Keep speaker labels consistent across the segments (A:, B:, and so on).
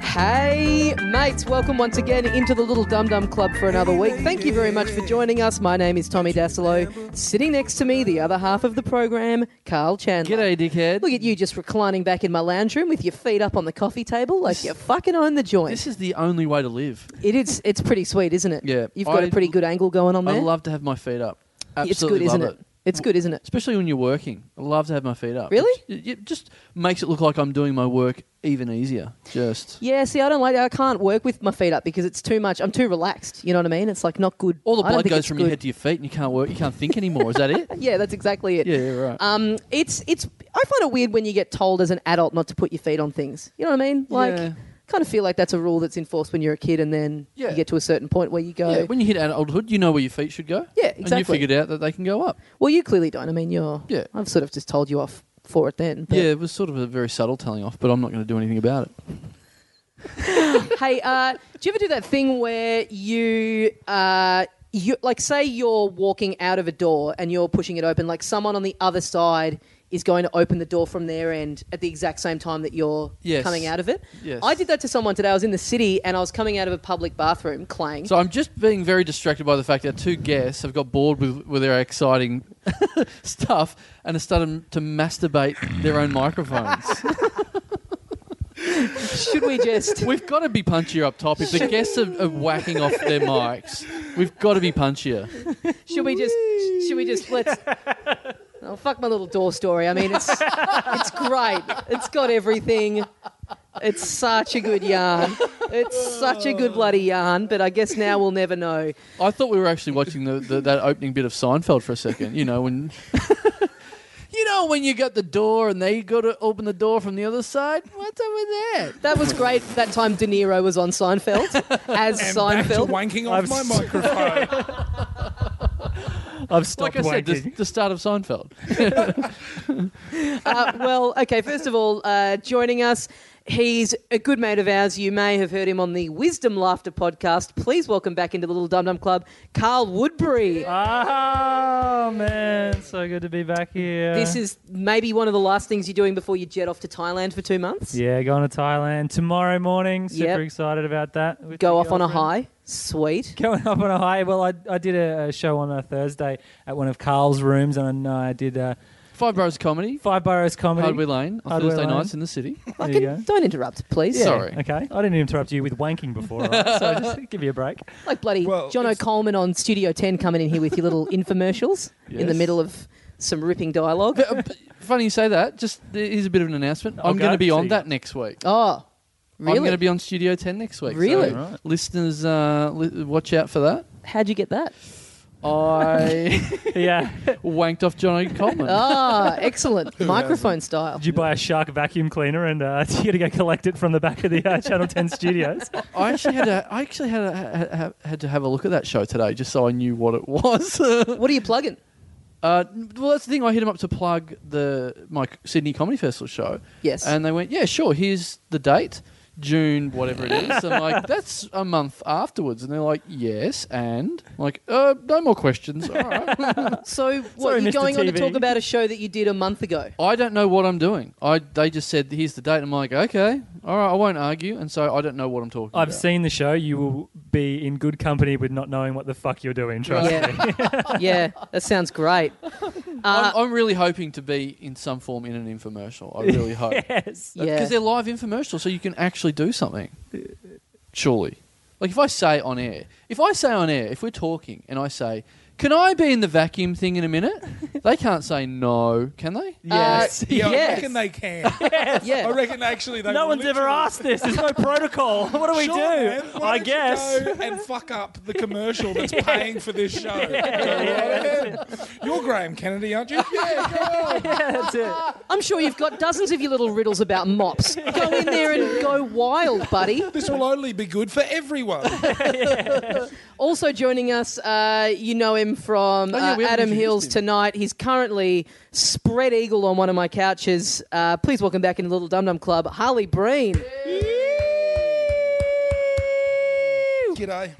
A: Hey, mates, welcome once again into the Little Dum Dum Club for another week. Thank you very much for joining us. My name is Tommy Dasilo. Sitting next to me, the other half of the program, Carl Chandler.
B: G'day, dickhead.
A: Look at you just reclining back in my lounge room with your feet up on the coffee table like you fucking own the joint.
B: This is the only way to live.
A: It is. It's pretty sweet, isn't it?
B: Yeah.
A: You've got a
B: I-
A: pretty good angle going on there.
B: I love to have my feet up. Absolutely
A: it's good, isn't
B: love
A: it? It's good, isn't it?
B: Especially when you're working. I love to have my feet up.
A: Really?
B: It, it just makes it look like I'm doing my work even easier. Just.
A: Yeah, see, I don't like. I can't work with my feet up because it's too much. I'm too relaxed. You know what I mean? It's like not good.
B: All the
A: I don't
B: blood
A: think
B: goes
A: it's
B: from
A: good.
B: your head to your feet and you can't work, you can't think anymore. Is that it?
A: Yeah, that's exactly it.
B: Yeah, yeah, right.
A: Um, it's it's. I find it weird when you get told as an adult not to put your feet on things. You know what I mean? Like,
B: Yeah.
A: kind of feel like that's a rule that's enforced when you're a kid, and then
B: Yeah.
A: you get to a certain point where you go.
B: yeah, when you hit adulthood, you know where your feet should go.
A: Yeah,
B: And you
A: exactly.
B: figured out that they can go up.
A: well, you clearly don't. I mean, you're.
B: Yeah.
A: I've sort of just told you off for it then. But
B: Yeah, it was sort of a very subtle telling off, but I'm not going to do anything about it.
A: hey, uh, do you ever do that thing where you, uh, you, like, say you're walking out of a door and you're pushing it open, like someone on the other side is going to open the door from their end at the exact same time that you're
B: Yes.
A: coming out of it?
B: Yes.
A: I did that to someone today. I was in the city and I was coming out of a public bathroom, clang.
B: So I'm just being very distracted by the fact that our two guests have got bored with, with their exciting stuff and are starting to masturbate their own microphones.
A: Should we just.
B: We've got to be punchier up top. If the guests are, are whacking off their mics, we've got to be punchier.
A: Should we just? Should we just let's? Oh fuck my little door story. I mean, it's it's great. It's got everything. It's such a good yarn. It's such a good bloody yarn. But I guess now we'll never know.
B: I thought we were actually watching the, the, that opening bit of Seinfeld for a second. You know when. You know when you got the door and they got to open the door from the other side. What's up with that?
A: That was great. That time De Niro was on Seinfeld as
C: And back to
A: Seinfeld.
C: wanking off my microphone.
D: I've stopped
B: Like I said, the,
D: wanking.
B: the start of Seinfeld.
A: uh, well, okay. First of all, uh, joining us, he's a good mate of ours. You may have heard him on the Wisdom Laughter podcast. Please welcome back into the Little Dum Dum Club, Carl Woodbury.
D: Ah man, so good to be back here.
A: This is maybe one of the last things you're doing before you jet off to Thailand for two months.
D: yeah, going to Thailand tomorrow morning. Super
A: Yep.
D: excited about that. with
A: Go
D: the uh,
A: off on a
D: girlfriend.
A: high. Sweet.
D: Going up on a high. Well, I, I did a, a show on a Thursday at one of Carl's rooms, and I did uh,
B: Five Bros Comedy.
D: Five Boroughs comedy.
B: Hardware Lane on
D: Hardware
B: Thursday
D: Lane.
B: nights in the city.
D: There you
A: Fucking
D: go.
A: don't interrupt, please.
B: Yeah. Sorry.
D: Okay, I didn't interrupt you with wanking before, right? so just give you a break.
A: Like bloody
C: Well,
A: John
C: it's-
A: O'Coleman on Studio 10 coming in here with your little infomercials in the
B: Yes.
A: middle of some ripping dialogue.
B: But, uh, p- Funny you say that. Just th- here's a bit of an announcement. I'm
D: Okay.
B: going to be
D: See.
B: on that next week.
A: Oh, really?
B: I'm going to be on Studio 10 next week.
A: Really?
B: So
D: Right.
B: Listeners, uh, li- watch out for that.
A: How'd you get that?
B: I
D: Yeah. did
B: wanked off Johnny Coleman.
A: Ah, excellent. Microphone style.
D: you buy a shark vacuum cleaner and uh, you had to go collect it from the back of the uh, Channel 10 studios?
B: I actually had to, I actually had, a, ha, ha, had to have a look at that show today just so I knew what it was. uh,
A: What are you plugging?
B: well, that's the thing. I hit him up to plug the my Sydney Comedy Festival show.
A: Yes.
B: And they went, yeah, sure, here's the date, June, whatever it is. I'm like, that's a month afterwards. And they're like, yes, and? I'm like, uh, no more questions. All right.
A: So, what
D: Sorry,
A: are you
D: Mr.
A: going on to
D: TV.
A: talk about a show that you did a month ago?
B: I don't know what I'm doing. I They just said, here's the date. I'm like, okay, all right, I won't argue. And so I don't know what I'm talking
D: I've
B: about.
D: seen the show. You will be in good company with not knowing what the fuck you're doing. Trust me.
A: yeah. yeah, that sounds great. Uh,
B: I'm, I'm really hoping to be in some form in an infomercial. I really hope.
D: Yes.
A: yeah.
B: Because Uh, they're live infomercials, so you can actually do something. Surely. Like if I say on air, if I say on air, if we're talking and I say, can I be in the vacuum thing in a minute? they can't say no, can they?
A: Yes.
C: Yeah,
A: Yes.
C: I reckon they can.
A: yeah.
C: I reckon actually they.
D: No one's ever
C: literally-
D: asked this. There's no protocol. What do we
C: Sure,
D: do?
C: man, why
D: I
C: don't you
D: guess.
C: go and fuck up the commercial that's paying for this show. Go right ahead. You're Graham Kennedy, aren't you? Yeah, go on.
D: Yeah, that's it.
A: I'm sure you've got dozens of your little riddles about mops. Go in there and go wild, buddy.
C: This will only be good for everyone.
A: Also joining us, uh, you know him from
B: Oh, yeah,
A: uh,
B: we haven't
A: Adam
B: introduced
A: Hills
B: him.
A: tonight. He's currently spread eagle on one of my couches. Uh, please welcome back into Little Dum Dum Club, Harley Breen.
C: G'day.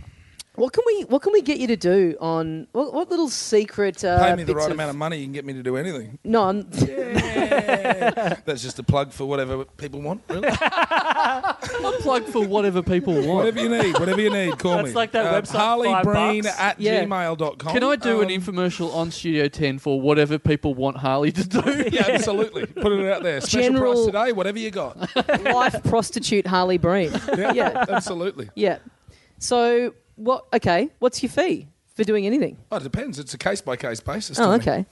A: What can we What can we get you to do on what, what little secret? Uh,
C: Pay me the
A: bits
C: right
A: of-
C: amount of money, you can get me to do anything.
A: No, I'm-
C: Yeah. That's just a plug for whatever people want, really.
B: A plug for whatever people want.
C: whatever you need, whatever you need, call me. Uh,
D: That's like that website, five
C: HarleyBreen
D: bucks.
C: at
A: Yeah.
C: gmail.com.
B: Can I do an
C: Um,
B: infomercial on Studio 10 for whatever people want Harley to do?
C: Yeah, absolutely. Put it out there. Special
A: General-
C: price today, whatever you got.
A: life prostitute Harley Breen.
C: Yeah,
A: Yeah.
C: absolutely.
A: Yeah. So what? Okay. What's your fee for doing anything?
C: Oh, it depends. It's a case by case basis.
A: Oh,
C: to me.
A: okay.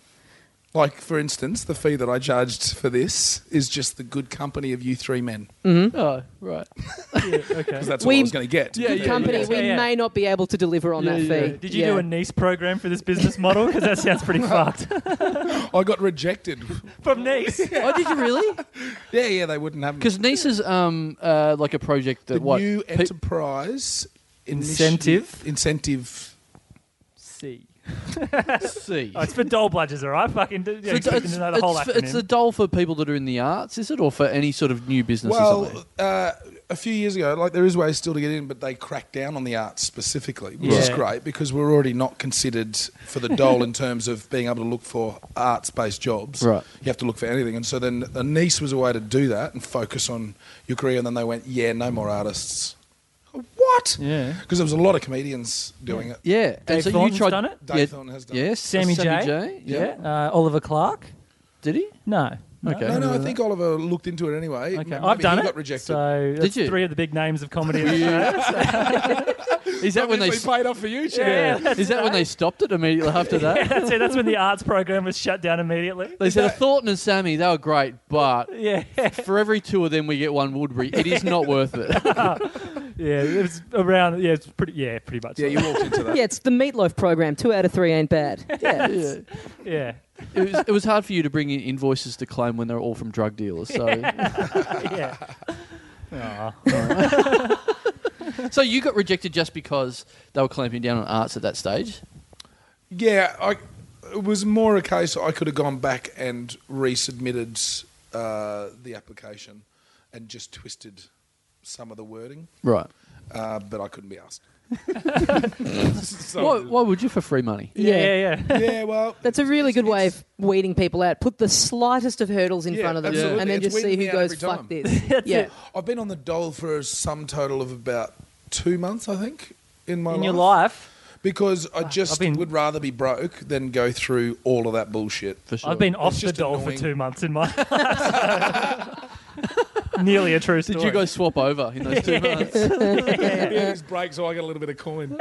C: Like, for instance, the fee that I charged for this is just the good company of you three men.
A: Mm-hmm.
B: Oh, right.
D: okay.
C: Because that's
A: We-
C: what I was going to get.
B: Yeah,
A: Good
B: yeah,
A: company.
B: yeah.
A: we
D: Yeah, yeah.
A: may not be able to deliver on
B: Yeah,
A: that
B: yeah.
A: fee.
D: Did you
A: Yeah.
D: do a niece program for this business model? Because that sounds pretty fucked.
C: I got rejected.
D: From niece.
B: Oh, did you really?
C: Yeah, yeah, they wouldn't have me.
B: Because Nice is um, uh, like a project that
C: the
B: what?
C: new
B: pe-
C: enterprise
D: Incentive?
C: initi- incentive.
D: C.
B: see.
D: Oh, it's for doll bludgers, all right? Fucking. do-
B: So
D: Yeah,
B: it's,
D: expecting
B: it's,
D: to know the whole
B: it's- it's
D: acronym.
B: a doll for people that are in the arts, is it, or for any sort of new business? or something?
C: Well, uh, a few years ago, like there is ways still to get in, but they cracked down on the arts specifically, which is
D: Yeah.
C: great because we're already not considered for the dole in terms of being able to look for arts-based jobs.
B: Right.
C: You have to look for anything, and so then a niece was a way to do that and focus on your career. And then they went, "Yeah, no more artists." What?
D: Yeah.
C: Because there was a lot of comedians doing it.
B: yeah.
D: Dave Thornton's done it?
C: Dave
B: yeah,
C: Thornton has done it.
B: Yes.
D: Sammy, J.
B: Yeah.
D: Yeah. Uh, Oliver Clark?
B: Did he?
D: No.
B: Okay.
C: No, no, I think Oliver looked into it anyway.
D: Okay.
C: M-
D: I've
C: maybe
D: done
C: he
D: it.
C: Got rejected.
D: So that's
B: you?
D: three of the big names of comedy. in
B: Is that when they?
C: Obviously paid off for you, Chad.
D: Yeah, that's
B: Is that when they stopped it immediately after
D: Yeah,
B: that?
D: that's it. That's when the arts program was shut down immediately.
B: They said Thornton and Sammy, they were great, but
D: Yeah,
B: for every two of them, we get one Woodbury. It is not worth it.
D: yeah. It was around. Yeah, it's pretty. Yeah, pretty much.
C: Yeah, you walked into that.
A: Yeah, it's the meatloaf program. Two out of three ain't bad. Yeah.
B: Yeah.
D: Yeah.
B: It, was, it was hard for you to bring in invoices to claim when they were all from drug dealers. So,
D: yeah. Aw.
B: so you got rejected just because they were clamping down on arts at that stage.
C: Yeah, I, it was more a case I could have gone back and resubmitted uh, the application and just twisted some of the wording,
B: Right.
C: uh, but I couldn't be asked. so,
B: Why, why would you for free money?
D: yeah, yeah, yeah.
C: Yeah, well,
A: That's a really good way
C: it's-
A: of weeding people out. Put the slightest of hurdles in
C: Yeah,
A: front of them
C: absolutely.
A: and then
C: It's
A: just see
C: weeded
A: who
C: me out
A: goes,
C: every time.
A: fuck this. yeah.
C: I've been on the dole for some total of about two months, I think, in my
D: In
C: life.
D: your life,
C: Because I just
D: been-
C: would rather be broke than go through all of that bullshit.
B: For sure.
D: I've been off the
C: just
D: doll
C: annoying.
D: for two months in my. Nearly a true story.
B: Did you guys swap over in those two months?
C: yeah, it's break, so I get a little bit of coin.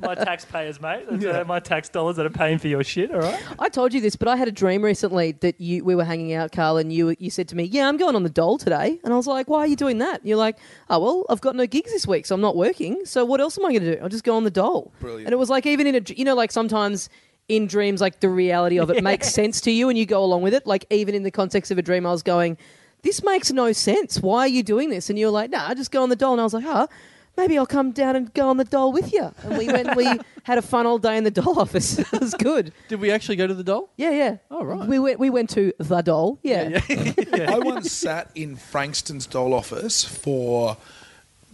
D: My taxpayers, mate. That's, uh, my tax dollars that are paying for your shit. All right.
A: I told you this, but I had a dream recently that you we were hanging out, Carl, and you you said to me, "Yeah, I'm going on the dole today," and I was like, "Why are you doing that?" And you're like, "Oh well, I've got no gigs this week, so I'm not working. So what else am I going to do? I'll just go on the dole."
C: Brilliant.
A: And it was like even in a dr- you know like sometimes in dreams like the reality of it makes sense to you and you go along with it. Like even in the context of a dream, I was going, "This makes no sense. Why are you doing this?" And you're like, "Nah, I just go on the dole," and I was like, "Huh." Maybe I'll come down and go on the dole with you. And we went. We had a fun old day in the dole office. it was good.
B: Did we actually go to the doll?
A: Yeah, yeah.
B: Oh, right.
A: We went. We went to the doll. Yeah.
C: I once sat in Frankston's Dole office for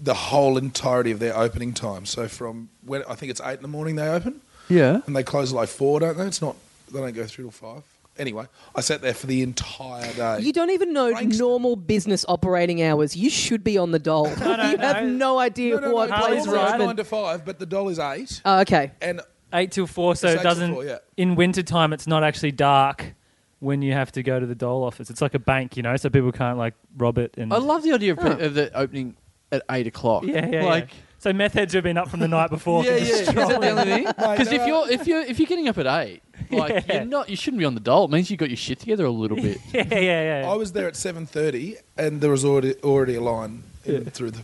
C: the whole entirety of their opening time. So from when I think it's eight in the morning they open,
B: Yeah.
C: and they close at like four, don't they? It's not they don't go through till five. Anyway, I sat there for the entire day.
A: You don't even know
C: Frankston.
A: normal business operating hours. You should be on the doll.
D: no,
A: you have
D: no.
A: no idea
C: no, no,
A: what
C: no,
A: place
C: Harley's
A: we're
C: right.
A: in.
C: Nine to five, but the doll is eight,
A: Oh, okay.
C: and
D: Eight till four, so
C: It's eight
D: it
C: till
D: doesn't.
C: four, yeah.
D: In wintertime, it's not actually dark when you have to go to the dole office. It's like a bank, you know, so people can't like rob it. And
B: I love the idea of,
A: Huh.
B: pe- of the opening at eight o'clock.
D: yeah, yeah,
B: Like,
D: yeah. So meth heads have been up from the night before.
B: yeah, yeah. Is that the uh, only thing?
C: Mate,
B: Because if
C: no.
B: you're if you're if you're getting up at eight, like you're not, you shouldn't be on the dole. It means you got your shit together a little bit.
D: yeah, yeah, yeah.
C: I was there at seven thirty, and there was already already a line in, through the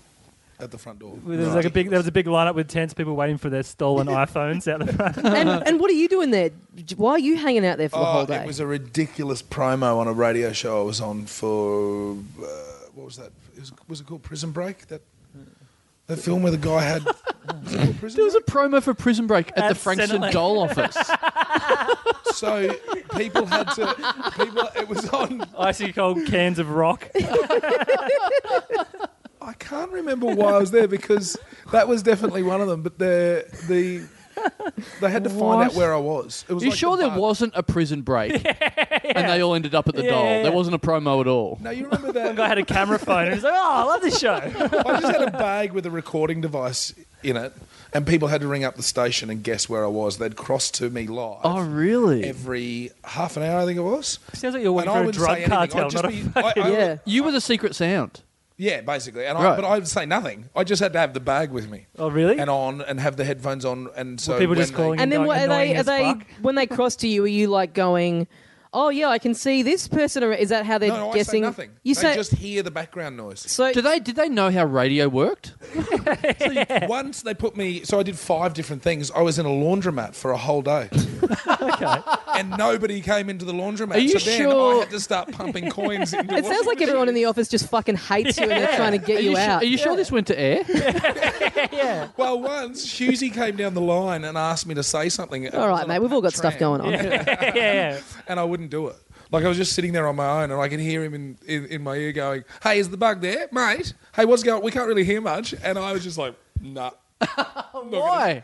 C: at the front door.
D: There was like a big, there was a big lineup with tents, people waiting for their stolen iPhones out the front.
A: And, and what are you doing there? J- Why are you hanging out there for the
C: Oh,
A: whole day?
C: It was a ridiculous promo on a radio show I was on for uh, what was that? It was, was it called Prison Break? That that film where the guy had was it called Prison
B: There was a
C: Break?
B: promo for Prison Break at,
D: At
B: the Frankston
D: Centrelink.
B: Dole office.
C: so people had to people. It was on.
D: Icy cold cans of rock.
C: I can't remember why I was there because That was definitely one of them. But the the they had to find
D: What?
C: out where I was. It was
B: you
C: like
B: sure
C: the
B: there
C: bug.
B: wasn't a prison break? And they all ended up at the
D: Yeah,
B: doll.
D: yeah, yeah.
B: There wasn't a promo at all.
C: No, you remember that?
D: I had a camera phone and he's like, oh, I love this show.
C: I just had a bag with a recording device in it, and people had to ring up the station and guess where I was. They'd cross to me live
B: Oh, really?
C: every half an hour, I think it was.
D: Sounds like you're
C: And
D: working
C: I
D: for a
C: wouldn't
D: drug
C: say anything. I'd
D: cartel,
C: just
D: not a
C: be-
D: fucking.
C: I- I-
A: Yeah.
B: you were the secret sound.
C: Yeah, basically. And I,
B: Right.
C: but I'd say nothing. I just had to have the bag with me
D: Oh, really?
C: and on, and have the headphones on, and so
D: people
C: when
D: just
C: they-
D: calling
A: And then what
D: Annoying
A: are they? Are
D: as
A: they
D: fuck.
A: when they cross to you? Are you like going? Oh yeah, I can see this person. Or is that how they're
C: No, no,
A: guessing?
C: I say nothing.
A: You
C: they
A: say
C: just hear the background noise.
A: so.
B: Did they did they know how radio worked? Eh.
C: Once they put me, so I did five different things. I was in a laundromat for a whole day,
D: Okay.
C: and nobody came into the laundromat.
B: Are you
C: so then
B: sure-
C: I had to start pumping coins. Into
A: it sounds like everyone in the office just fucking hates you and they're trying to get
B: are
A: you,
B: you, su-
A: out.
B: are you sure this went to air?
D: yeah.
C: Well, once Husey came down the line and asked me to say something.
A: all right, mate. We've all got stuff going on.
D: yeah. Yeah.
C: And I wouldn't do it. Like I was just sitting there on my own, and I could hear him in, in, in my ear going, "Hey, is the bug there, mate? Hey, what's going? We can't really hear much." And I was just like, "Nah."
B: Why?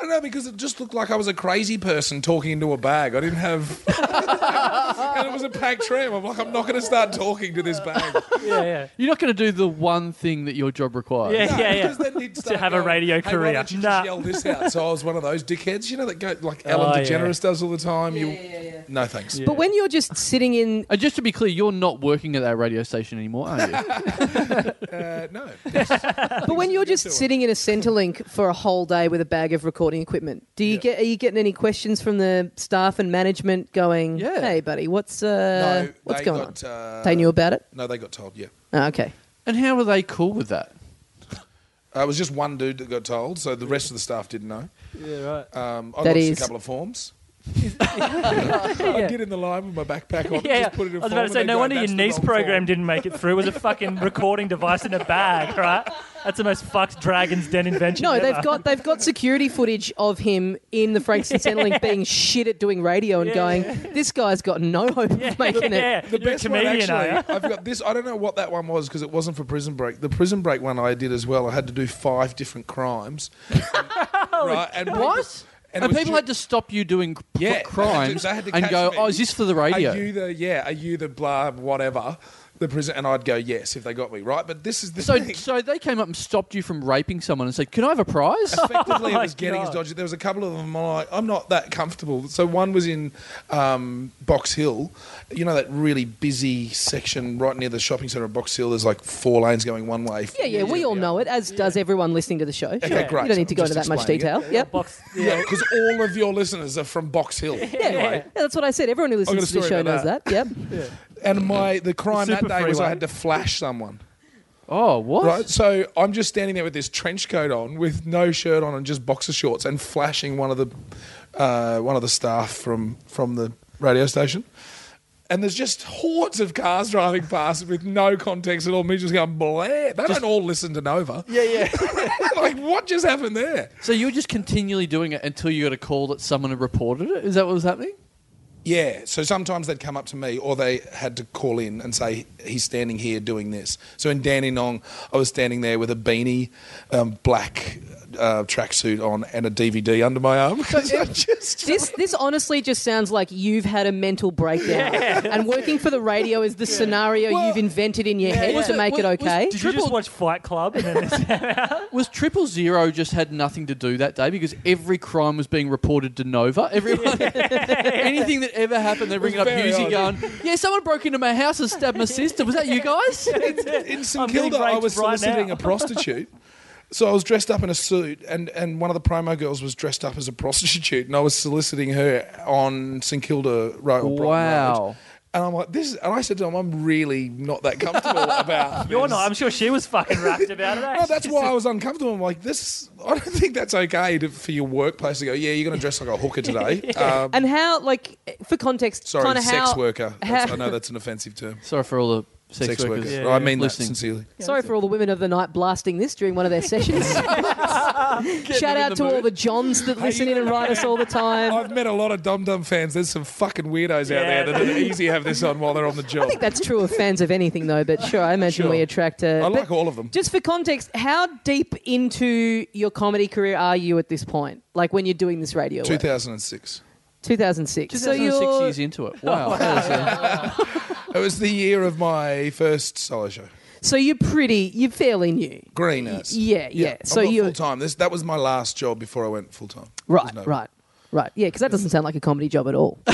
C: I don't know because it just looked like I was a crazy person talking into a bag. I didn't have, and it was a packed tram. I'm like, I'm not going to start talking to this bag.
D: Yeah. Yeah.
B: You're not going to do the one thing that your job requires.
D: Yeah.
C: No,
D: yeah.
C: Because then he'd start
D: have a
C: going,
D: radio
C: "Hey,
D: career."
C: Why don't you
D: Nah.
C: just yell this out? So I was one of those dickheads, you know, that go like Ellen
D: Oh, yeah.
C: DeGeneres does all the time. you, No thanks.
A: But when you're just sitting in,
B: And just to be clear, you're not working at that radio station anymore, are you?
C: Uh, no.
A: but when you're just
C: to it.
A: sitting in a Centrelink for a whole day with a bag of recording equipment, do you get? Are you getting any questions from the staff and management going?
B: Yeah.
A: Hey, buddy, what's uh,
C: no
A: what's
C: they
A: going
C: got,
A: on?
C: Uh,
A: they knew about it.
C: No, they got told. Yeah,
A: Oh, okay.
B: and how were they cool with that?
C: uh, it was just one dude that got told, so the rest of the staff didn't know.
D: Yeah. Right.
C: Um, I
A: That
C: got a
A: is-
C: couple of forms.
D: Yeah.
C: I'd get in the line with my backpack on,
D: Yeah,
C: just put it in
D: I
C: form
D: was about to
C: and
D: say,
C: they'd
D: no
C: go,
D: wonder your
C: "That's the
D: niece
C: wrong
D: program
C: form."
D: didn't make it through. It was a fucking recording device in a bag, right? That's the most fucked Dragon's Den invention.
A: No,
D: ever.
A: they've got they've got security footage of him in the Frankston Centrelink being shit at doing radio and
D: Yeah.
A: going, "This guy's got no hope
D: Yeah,
A: of making
D: yeah.
A: it."
C: The
D: You're a
C: best
D: comedian,
C: one
D: are you?
C: actually. I've got this. I don't know what that one was because it wasn't for Prison Break. The Prison Break one I did as well. I had to do five different crimes. right, and
B: What? And,
C: And it was
B: people
C: ju-
B: had to stop you doing c-
C: Yeah, they had to-
B: crimes
C: they had to
B: and
C: catch
B: go,
C: me.
B: oh, is this for the radio?
C: Are you the yeah? Are you the blah whatever? The prison, and I'd go yes if they got me right. But this is the
B: so,
C: thing.
B: so they came up and stopped you from raping someone and said, can I have a prize?
A: Oh
C: Effectively, it was getting as
D: God.
C: dodgy. There was a couple of them. I'm like, I'm not that comfortable. So one was in um, Box Hill, you know that really busy section right near the shopping centre of Box Hill. There's like four lanes going one way.
A: Yeah, yeah, we all know it, as does everyone listening to the show.
C: Okay, great.
A: You don't need to go
C: Just
A: into that much
C: explaining
A: detail.
C: it.
A: Yep.
D: box.
C: Yeah, because all of your listeners are from Box Hill.
A: Yeah. yeah, that's what I said. Everyone who
C: got a
A: listens to the
C: story
A: show
C: about
A: knows that.
C: that.
A: Yep.
C: And my the crime
D: The
C: that
D: super
C: day was
D: freeway.
C: I had to flash someone.
B: oh, what?
C: Right, so I'm just standing there with this trench coat on, with no shirt on, and just boxer shorts, and flashing one of the uh, one of the staff from from the radio station. And there's just hordes of cars driving past with no context at all. Me just going, bleh. They don't all listen to Nova.
B: Yeah, yeah.
C: like, what just happened there?
B: so you were just continually doing it until you got a call that someone had reported it? Is that what was happening?
C: Yeah, so sometimes they'd come up to me or they had to call in and say, he's standing here doing this. So in Dandenong, I was standing there with a beanie, um, black uh, tracksuit on, and a DVD under my arm. 'Cause I just-
A: This this honestly just sounds like you've had a mental breakdown, and working for the radio is the scenario
C: Well,
A: you've invented in your head
B: Was
A: to
B: it-
A: make
B: was-
A: it okay.
B: was-
D: Did you just watch Fight Club? And then
B: Was Triple Zero just had nothing to do that day because every crime was being reported to Nova? Everyone, anything that ever happened, they bring it up.
C: very
B: Husey
C: odd.
B: going, "Yeah, someone broke into my house and stabbed my sister. Was that you guys?"
C: in
D: I'm
C: St
D: getting
C: Kilda, I
D: raped
C: was
D: right
C: soliciting
D: now.
C: a prostitute. So I was dressed up in a suit, and, and one of the promo girls was dressed up as a prostitute, and I was soliciting her on St Kilda Road. or Brighton Road.
B: Wow.
C: And I'm like, this, is, and I said to him, I'm really not that comfortable about.
D: you're
C: this.
D: not. I'm sure she was fucking wrapped about it. eh?
C: No, Oh, that's why I was uncomfortable. I'm like, this. I don't think that's okay to, for your workplace to go. Yeah, you're going to dress like a hooker today. Um,
A: and how, like, for context,
C: sorry,
A: kind of
C: sex
A: how,
C: worker. That's,
A: how-
C: I know that's an offensive term.
B: Sorry for all the sex, workers.
D: Yeah,
C: Right, I
D: yeah.
C: mean that
B: Listening.
C: sincerely.
A: Sorry for all the women of the night blasting this during one of their sessions. Shout
B: them in
A: out
B: the
A: to
B: mood.
A: all the Johns that listen in and write us all the time.
C: I've met a lot of Dum Dum fans. There's some fucking weirdos out
D: Yeah.
C: there that are easy to have this on while they're on the job.
A: I think that's true of fans of anything, though. But sure, I imagine
C: Sure.
A: we attract. Uh,
C: I
A: but
C: like all of them.
A: Just for context, how deep into your comedy career are you at this point? Like when you're doing this radio? work?
C: 2006.
A: 2006.
B: Just
A: So you're-
B: years into it. Wow.
C: It was the year of my first solo show.
A: So you're pretty. You're fairly new.
C: Green ass.
A: yeah, yeah. So
C: So you
A: you're-
C: full time. This that was my last job before I went full time.
A: Right, right, right. Yeah, because that doesn't sound like a comedy job at all.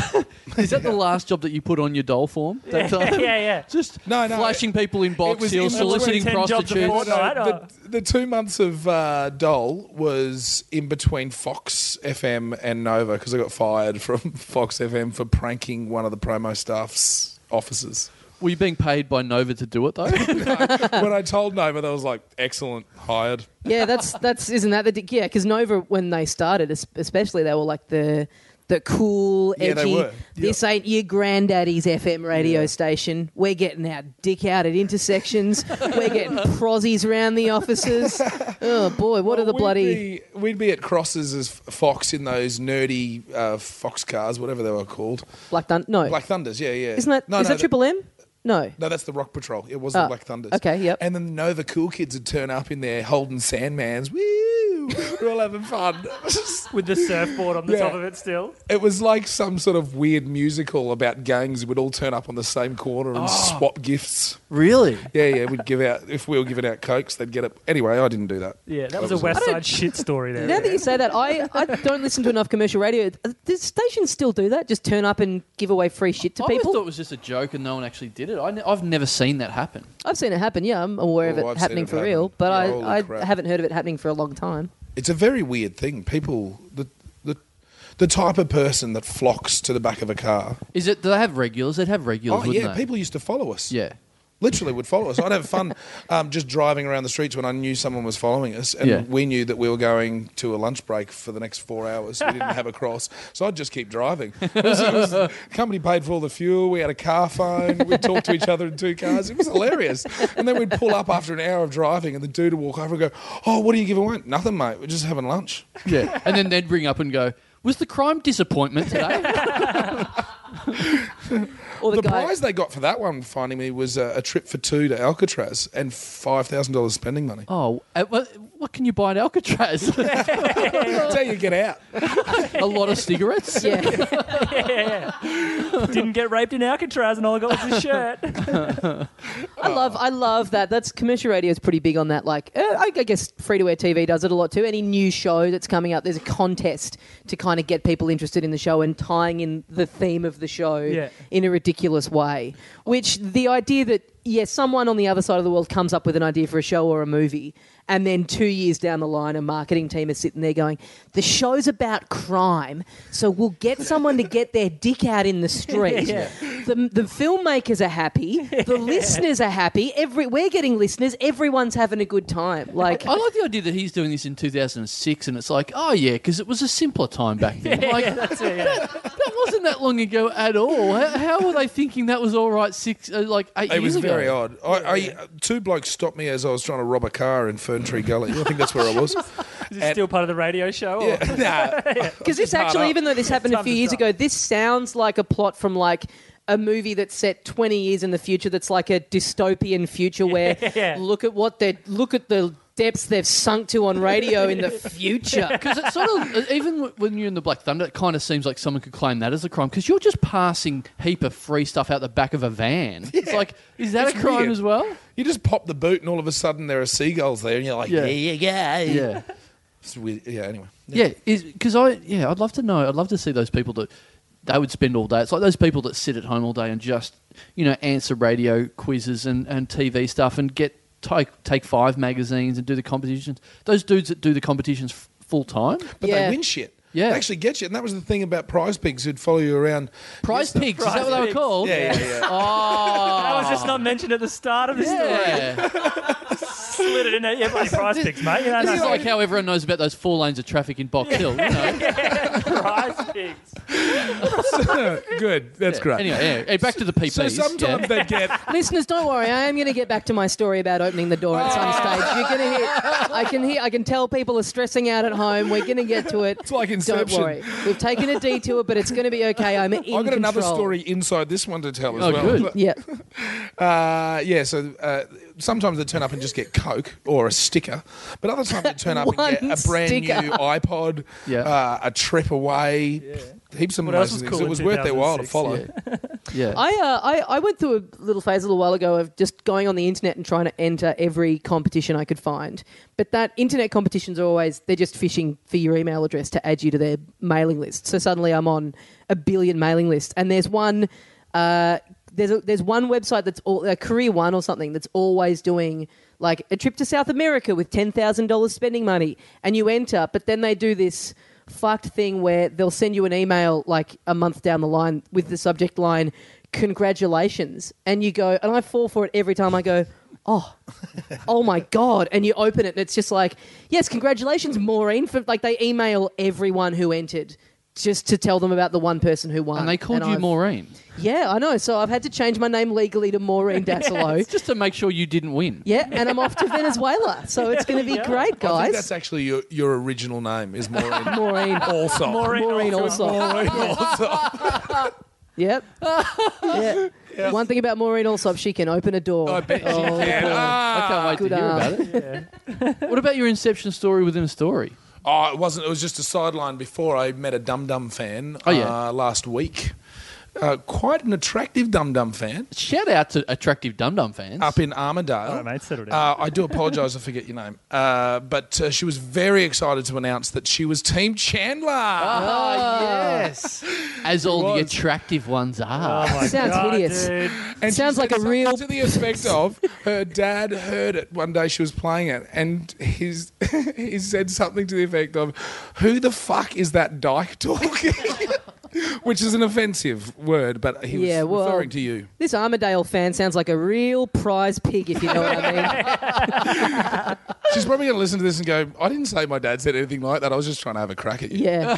B: Is that the last job that you put on your dole form that
D: yeah,
B: time?
D: yeah.
B: Just
C: No, no,
B: flashing people in box
C: was- it
B: hills,
C: was
B: soliciting
D: when 10 jobs a
B: prostitutes.
D: month. Right,
C: the, the two months of uh, Dole was in between Fox FM and Nova because I got fired from Fox FM for pranking one of the promo staff's officers.
B: Were you being paid by Nova to do it though?
C: when I told Nova, they was like, "Excellent, hired."
A: yeah, that's that's isn't that the di- yeah? Because Nova when they started, es- especially they were like the the cool, edgy.
C: Yeah, they were.
A: This ain't your granddaddy's FM radio station. We're getting our dick out at intersections. We're getting prozzies around the offices. Oh boy, what are the
C: We'd
A: bloody?
C: be- we'd be at crosses as Fox in those nerdy uh, Fox cars, whatever they were called.
A: Black Thunder. No,
C: Black Thunders, yeah, yeah.
A: isn't that
C: No,
A: is
C: no,
A: that Triple M? No.
C: No, that's the Rock Patrol. It wasn't
A: Oh,
C: Black Thunders.
A: okay, yep.
C: And then the Nova Cool Kids would turn up in their Holden Sandmans. Woo! We're all having fun.
D: With the surfboard on the
C: Yeah.
D: top of it still.
C: it was like some sort of weird musical about gangs. We'd all turn up on the same corner
D: Oh.
C: and swap gifts.
B: really?
C: Yeah, yeah. We'd give out if we were giving out cokes, they'd get it. Anyway, I didn't do that.
D: Yeah, that
C: I
D: was a
C: was-
D: West
A: I don't-
D: Side shit story there.
A: Now that you say that, I, I don't listen to enough commercial radio. Do stations still do that? Just turn up and give away free shit to
B: I always
A: people?
B: thought it was just a joke and no one actually did it. I ne- I've never seen that happen.
A: I've seen it happen. Yeah, I'm aware of
C: Oh,
A: it
C: I've seen
A: happening
C: it
A: for
C: happen.
A: real, but
C: Yeah, holy
A: I,
C: crap.
A: I haven't heard of it happening for a long time.
C: It's a very weird thing. People the the the type of person that flocks to the back of a car.
B: Is it? Do they have regulars? They'd have regulars,
C: oh
B: wouldn't
C: yeah,
B: they?
C: people used to follow us.
B: Yeah.
C: literally would follow us. I'd have fun um, just driving around the streets when I knew someone was following us, and
B: Yeah.
C: we knew that we were going to a lunch break for the next four hours. We didn't have a cross, so I'd just keep driving. It was, it was- the company paid for all the fuel. We had a car phone. We'd talk to each other in two cars. It was hilarious. And then we'd pull up after an hour of driving, and the dude would walk over and go, "Oh, what are you giving away? Nothing, mate. We're just having lunch."
B: Yeah. and then they'd ring up and go, "Was the crime disappointment today?"
A: Or the,
C: The
A: guy,
C: prize they got for that one, finding me, was a, a trip for two to Alcatraz and five thousand dollars spending money.
B: oh, uh, what, what can you buy at Alcatraz?
C: That's how you get out.
B: a lot of cigarettes.
A: yeah,
D: Didn't get raped in Alcatraz and all I got was his shirt.
A: I love, I love that. That's commercial radio is pretty big on that. Like, uh, I, I guess free to air TV does it a lot too. Any new show that's coming up, there's a contest to kind of get people interested in the show and tying in the theme of the show
D: Yeah.
A: in a ridiculous way. Which the idea that yeah, someone on the other side of the world comes up with an idea for a show or a movie, and then two years down the line, a marketing team is sitting there going, "The show's about crime, so we'll get someone to get their dick out in the street."
D: Yeah.
A: The, the filmmakers are happy, the listeners are happy. Every we're getting listeners. Everyone's having a good time. Like.
B: I like the idea that he's doing this in 2006, and it's like, oh yeah, because it was a simpler time back then. like
D: That's it, yeah.
B: that wasn't that long ago at all. How, how were they thinking that was all right? Six, uh, like eight
C: It
B: years
C: was
B: ago.
C: very odd. I, I, two blokes stopped me as I was trying to rob a car in Fern Tree Gully. I think that's where I was.
D: Is it still part of the radio show?
B: Oh.
D: Or?
C: Yeah. Nah.
A: Because this
C: hard
A: actually,
C: up.
A: even though this happened a
D: time
A: few
D: to
A: years
D: stop.
A: ago, this sounds like a plot from like a movie that's set 20 years in the future that's like a dystopian future where
D: Yeah.
A: look at what they look at the depths they've sunk to on radio in the future.
B: Because it's sort of uh, even w- when you're in the Black Thunder, it kind of seems like someone could claim that as a crime because you're just passing heap of free stuff out the back of a van. It's like, is that
C: It's
B: a crime
C: weird.
B: as well?
C: You just pop the boot, and all of a sudden there are seagulls there, and you're like,
B: Yeah.
C: yeah, yeah, yeah.
B: Yeah,
C: It's weird. Yeah. Anyway.
B: yeah. Because I, yeah, I'd love to know. I'd love to see those people that they would spend all day. It's like those people that sit at home all day and just you know answer radio quizzes and, and TV stuff and get take take five magazines and do the competitions. Those dudes that do the competitions f- full time.
C: But
A: Yeah.
C: they win shit.
B: Yeah.
C: They actually get you, and that was the thing about prize pigs who'd follow you around.
B: Prize pigs. is that
D: Prize
B: what they were
D: pigs.
B: called?
C: Yeah, yeah, yeah.
B: Oh,
D: That was just not mentioned at the start of the story.
B: yeah.
D: slid it in there. Everybody prize picks, mate. You know,
B: This is
D: no,
B: like how everyone knows about those four lanes of traffic in Box Hill. You know?
D: prize picks.
C: Good. That's great.
B: Anyway, yeah. Hey, back to the PPs.
C: so sometimes
B: yeah.
C: they get
A: Listeners, don't worry. I am going to get back to my story about opening the door at some
C: Oh.
A: stage. You're going to hear. I can hear. I can tell people are stressing out at home. We're going to get to it. It's
C: like
A: Don't
C: Inception.
A: worry. We've taken a detour, but it's going to be okay. I'm in
C: I got another
A: control.
C: story inside this one to tell as
B: Oh,
C: well.
B: good.
A: Yeah.
C: Uh, yeah, so uh, sometimes they turn up and just get Coke or a sticker, but other times they turn up and get
A: One
C: a brand
A: sticker.
C: new iPod,
B: Yeah.
C: uh, a trip away, heaps of
D: What else
C: amazing
D: was
C: things.
D: cool
C: it
D: in
C: was worth their while to
D: 2006?
C: follow.
B: Yeah.
A: I, uh, I I went through a little phase a little while ago of just going on the internet and trying to enter every competition I could find. But that internet competitions are always they're just fishing for your email address to add you to their mailing list. So suddenly I'm on a billion mailing lists, and there's one. Uh, there's, a, there's one website that's all, uh, career one or something that's always doing like a trip to south america with $10000 spending money and you enter but then they do this fucked thing where they'll send you an email like a month down the line with the subject line congratulations and you go and i fall for it every time i go oh oh my god and you open it and it's just like yes congratulations maureen for like they email everyone who entered just to tell them about the one person who won
B: and they called you
A: I've-
B: Maureen
A: yeah i know so i've had to change my name legally to maureen dassolo
B: just to make sure you didn't win.
A: yeah and i'm off to venezuela so it's going to be great
C: I think that's
A: guys
C: actually your, your original name is Maureen
A: maureen
C: Allsop.
D: Maureen
A: maureen
D: Allsop.
A: also
C: Maureen Allsop.
A: Yep. yeah. One thing about Maureen Allsop, she can open a door.
C: I bet she
A: Oh,
C: can. Ah.
B: I can't wait
A: good
B: to hear
A: eye.
B: about it. What about your Inception story within a story?
C: Oh, it wasn't. It was just a sideline before I met a Dum Dum fan
B: Oh, yeah.
C: uh, last week. Uh, quite an attractive Dum Dum fan
B: Shout out to attractive Dum Dum fans.
C: up in Armadale.
D: All right, mate, settle down.
C: Uh, I do apologise, I forget your name. Uh, but uh, she was very excited to announce that she was Team Chandler.
B: Ah, yes. As all the
C: was.
B: attractive ones
D: oh
B: are.
D: my
A: Sounds
D: God,
A: hideous.
D: dude.
C: And she
A: Sounds
C: said
A: like a
C: something
A: real-
C: To the effect of her dad heard it one day she was playing it, and his he said something to the effect of, "Who the fuck is that dyke talking?" Which is an offensive word, but he was
A: Yeah, well-
C: referring to you.
A: This Armadale fan sounds like a real prize pig, if you know what I mean.
C: She's probably going to listen to this and go, "I didn't say my dad said anything like that. I was just trying to have a crack at you."
A: Yeah.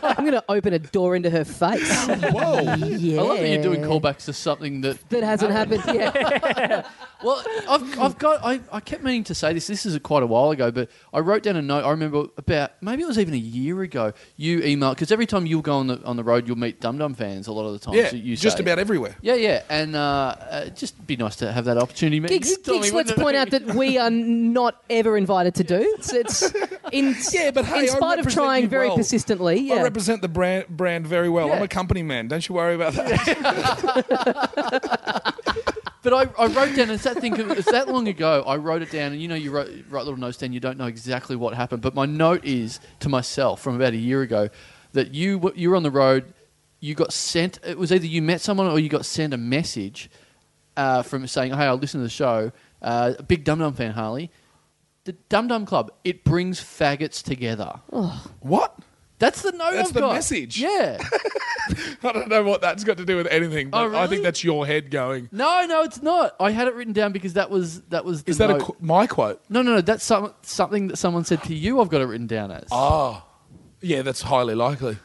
A: I'm going to open a door into her face.
C: Whoa.
A: Yeah.
B: I love that you're doing callbacks to something that.
A: That hasn't happened yet.
B: Well, I've, I've got. I, I kept meaning to say this. This is quite a while ago, but I wrote down a note. I remember about maybe it was even a year ago. You emailed because every time you'll go on the on the road, you'll meet Dum Dum fans a lot of the time.
C: Yeah,
B: Oh, so you
C: just
B: say.
C: about everywhere.
B: Yeah, yeah, and uh, uh, just be nice to have that opportunity. mate.
A: Gigs,
B: You tell me,
A: gigs let's
B: wouldn't it?
A: point out that we are not ever invited to do. It's, it's in,
C: Yeah, but hey,
A: in
C: I
A: spite of
C: represent
A: trying
C: you
A: very
C: well.
A: persistently.
C: I
A: Yeah.
C: represent the brand brand very well.
B: Yeah.
C: I'm a company man. Don't you worry about that.
B: But I, I wrote down it's that thing. It's that long ago. I wrote it down, and you know, you wrote write little notes down. You don't know exactly what happened, but my note is to myself from about a year ago that you were- you were on the road. You got sent. It was either you met someone or you got sent a message uh, from saying, "Hey, I listened to the show. Uh, a big Dum Dum fan, Harley. The Dum Dum Club. It brings faggots together.
C: what?
B: That's the note
C: That's
B: I've
C: the
B: got.
C: message.
B: Yeah.
C: I don't know what that's got to do with anything, but
B: Oh,
C: I
B: really?
C: think that's your head going.
B: No, no, it's not. I had it written down because that was that was. The
C: Is that a
B: note.
C: qu- my quote?
B: No, no, no. That's some, something that someone said to you. I've got it written down as.
C: Oh, yeah, that's highly likely.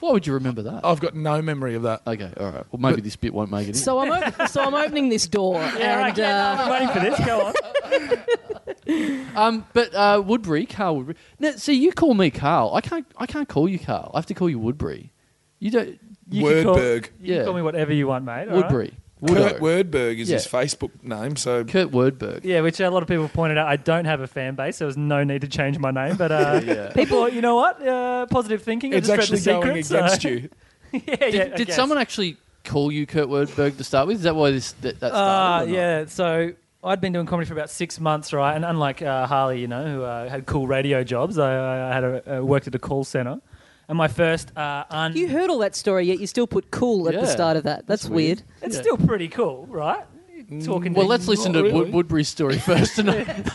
B: Why would you remember that?
C: I've got no memory of that.
B: Okay, all right. Well, maybe this bit won't make it. in.
A: So I'm, op- so I'm opening this door.
D: Yeah, right.
A: and,
D: yeah,
A: uh,
D: no, I'm waiting for this. Go on.
B: um, but uh, Woodbury, Carl Woodbury. Now, see, you call me Carl. I can't. I can't call you Carl. I have to call you Woodbury. You don't.
D: You can call-
C: Wordberg.
D: You
B: Yeah.
D: can call me whatever you want, mate. all right?
B: Woodbury.
C: Kurt
B: Woodo.
C: Wordberg is
B: Yeah.
C: his Facebook name, so
B: Kurt Wordberg.
D: Yeah, which a lot of people pointed out. I don't have a fan base. so There was no need to change my name, but uh,
B: Yeah.
D: people, you know what? Uh, positive thinking. I
C: it's
D: just read
C: actually
D: the secret,
C: going
D: so-
C: against you.
D: yeah, yeah,
B: Did,
D: I
B: did
D: guess.
B: someone actually call you Kurt Wordberg to start with? Is that why this that, that
D: Uh,
B: started? or not?
D: yeah, so I'd been doing comedy for about six months, right? And unlike uh, Harley, you know, who uh, had cool radio jobs, I, I- I had a, uh, worked at a call center. And my first uh, un.
A: You heard all that story, yet you still put cool at
B: Yeah.
A: the start of that. That's,
B: That's weird.
A: weird.
D: it's
B: Yeah.
D: still pretty cool, right? Talking.
B: Well,
D: to
B: let's listen to
C: really.
B: Wood- Woodbury's story first. And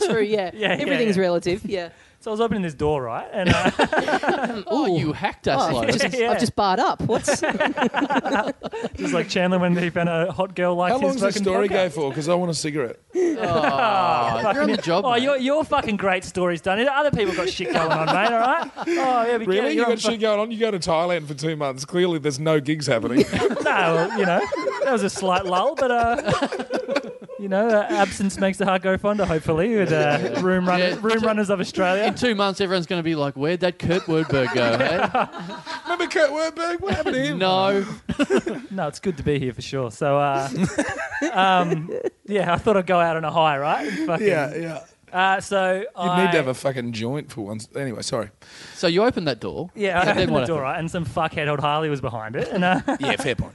A: True, yeah.
D: Yeah, yeah,
A: Everything's
D: yeah.
A: relative, yeah.
D: So I was opening this door, right? And uh,
B: Oh, you hacked us,
A: Oh, I've,
B: like.
A: just,
D: Yeah.
A: I've just barred up. What's
D: just like Chandler when he found a hot girl like
C: How
D: his
C: long's this
D: fucking
C: story
D: podcast.
C: go for? Because I want a cigarette.
B: Oh, you're on the job.
D: Oh,
B: mate.
D: your, your fucking great story's done. Other people got shit going on, mate. All right. Oh yeah, be careful.
C: Really? You
D: You're on
C: got shit going on? You go to Thailand for two months. Clearly, there's no gigs happening.
D: fu- No, well, you know that was a slight lull, but uh, you know, uh, absence makes the heart go fonder. Hopefully, with uh, room runners,
B: Yeah.
D: room runners of Australia.
B: In two months, everyone's going to be like, "Where'd that Kurt Wordberg go?" eh?
C: Remember Kurt Werberg? What happened to him?
B: no,
D: No, it's good to be here for sure. So, uh, um, yeah, I thought I'd go out on a high, right? And Fucking,
C: Yeah, yeah.
D: Uh, so you
C: You'd need to have a fucking joint for once. Anyway, sorry.
B: so you opened that door.
D: yeah,
B: And
D: I
B: then
D: opened
B: what
D: the door, right? And some fuckhead old Harley was behind it, and uh,
C: Yeah, fair point.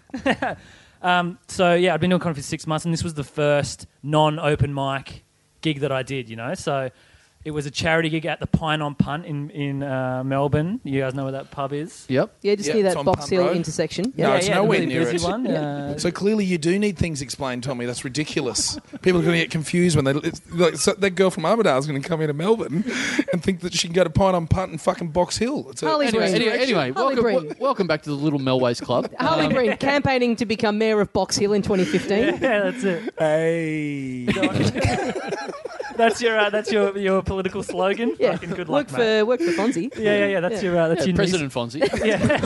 D: Um, so yeah, I'd been doing comedy for six months, and this was the first non-open mic gig that I did. You know, so it was a charity gig at the Pine on Punt in in uh, Melbourne. You guys know where that pub is.
B: Yep.
A: yeah, just
C: Yeah,
A: near
C: it's
A: that
C: on
A: Box
C: Punt
A: Hill
C: Road.
A: intersection.
C: No, it's
D: the
C: nowhere
D: really
C: near
D: busy
C: it.
D: One. Uh,
C: So clearly, you do need things explained, Tommy. That's ridiculous. People are going to get confused when they it's like so that girl from Armidale is going to come into Melbourne and think that she can go to Pine on Punt and fucking Box Hill. It's a,
A: Harley's
B: Anyway,
A: Breen.
B: anyway, anyway,
A: Harley
B: welcome,
A: Breen.
B: wel- welcome back to the Little Melways Club. Um,
A: Harley Breen campaigning to become mayor of Box Hill in 2015.
D: yeah, that's it.
C: hey,
D: That's your uh, that's your your political slogan.
A: Yeah,
D: Fucking good
A: work
D: luck,
A: for
D: mate.
A: work for Fonzie.
D: Yeah, yeah, yeah. That's your uh, that's
B: Yeah,
D: your
B: President Fonzie.
D: Niece, yeah,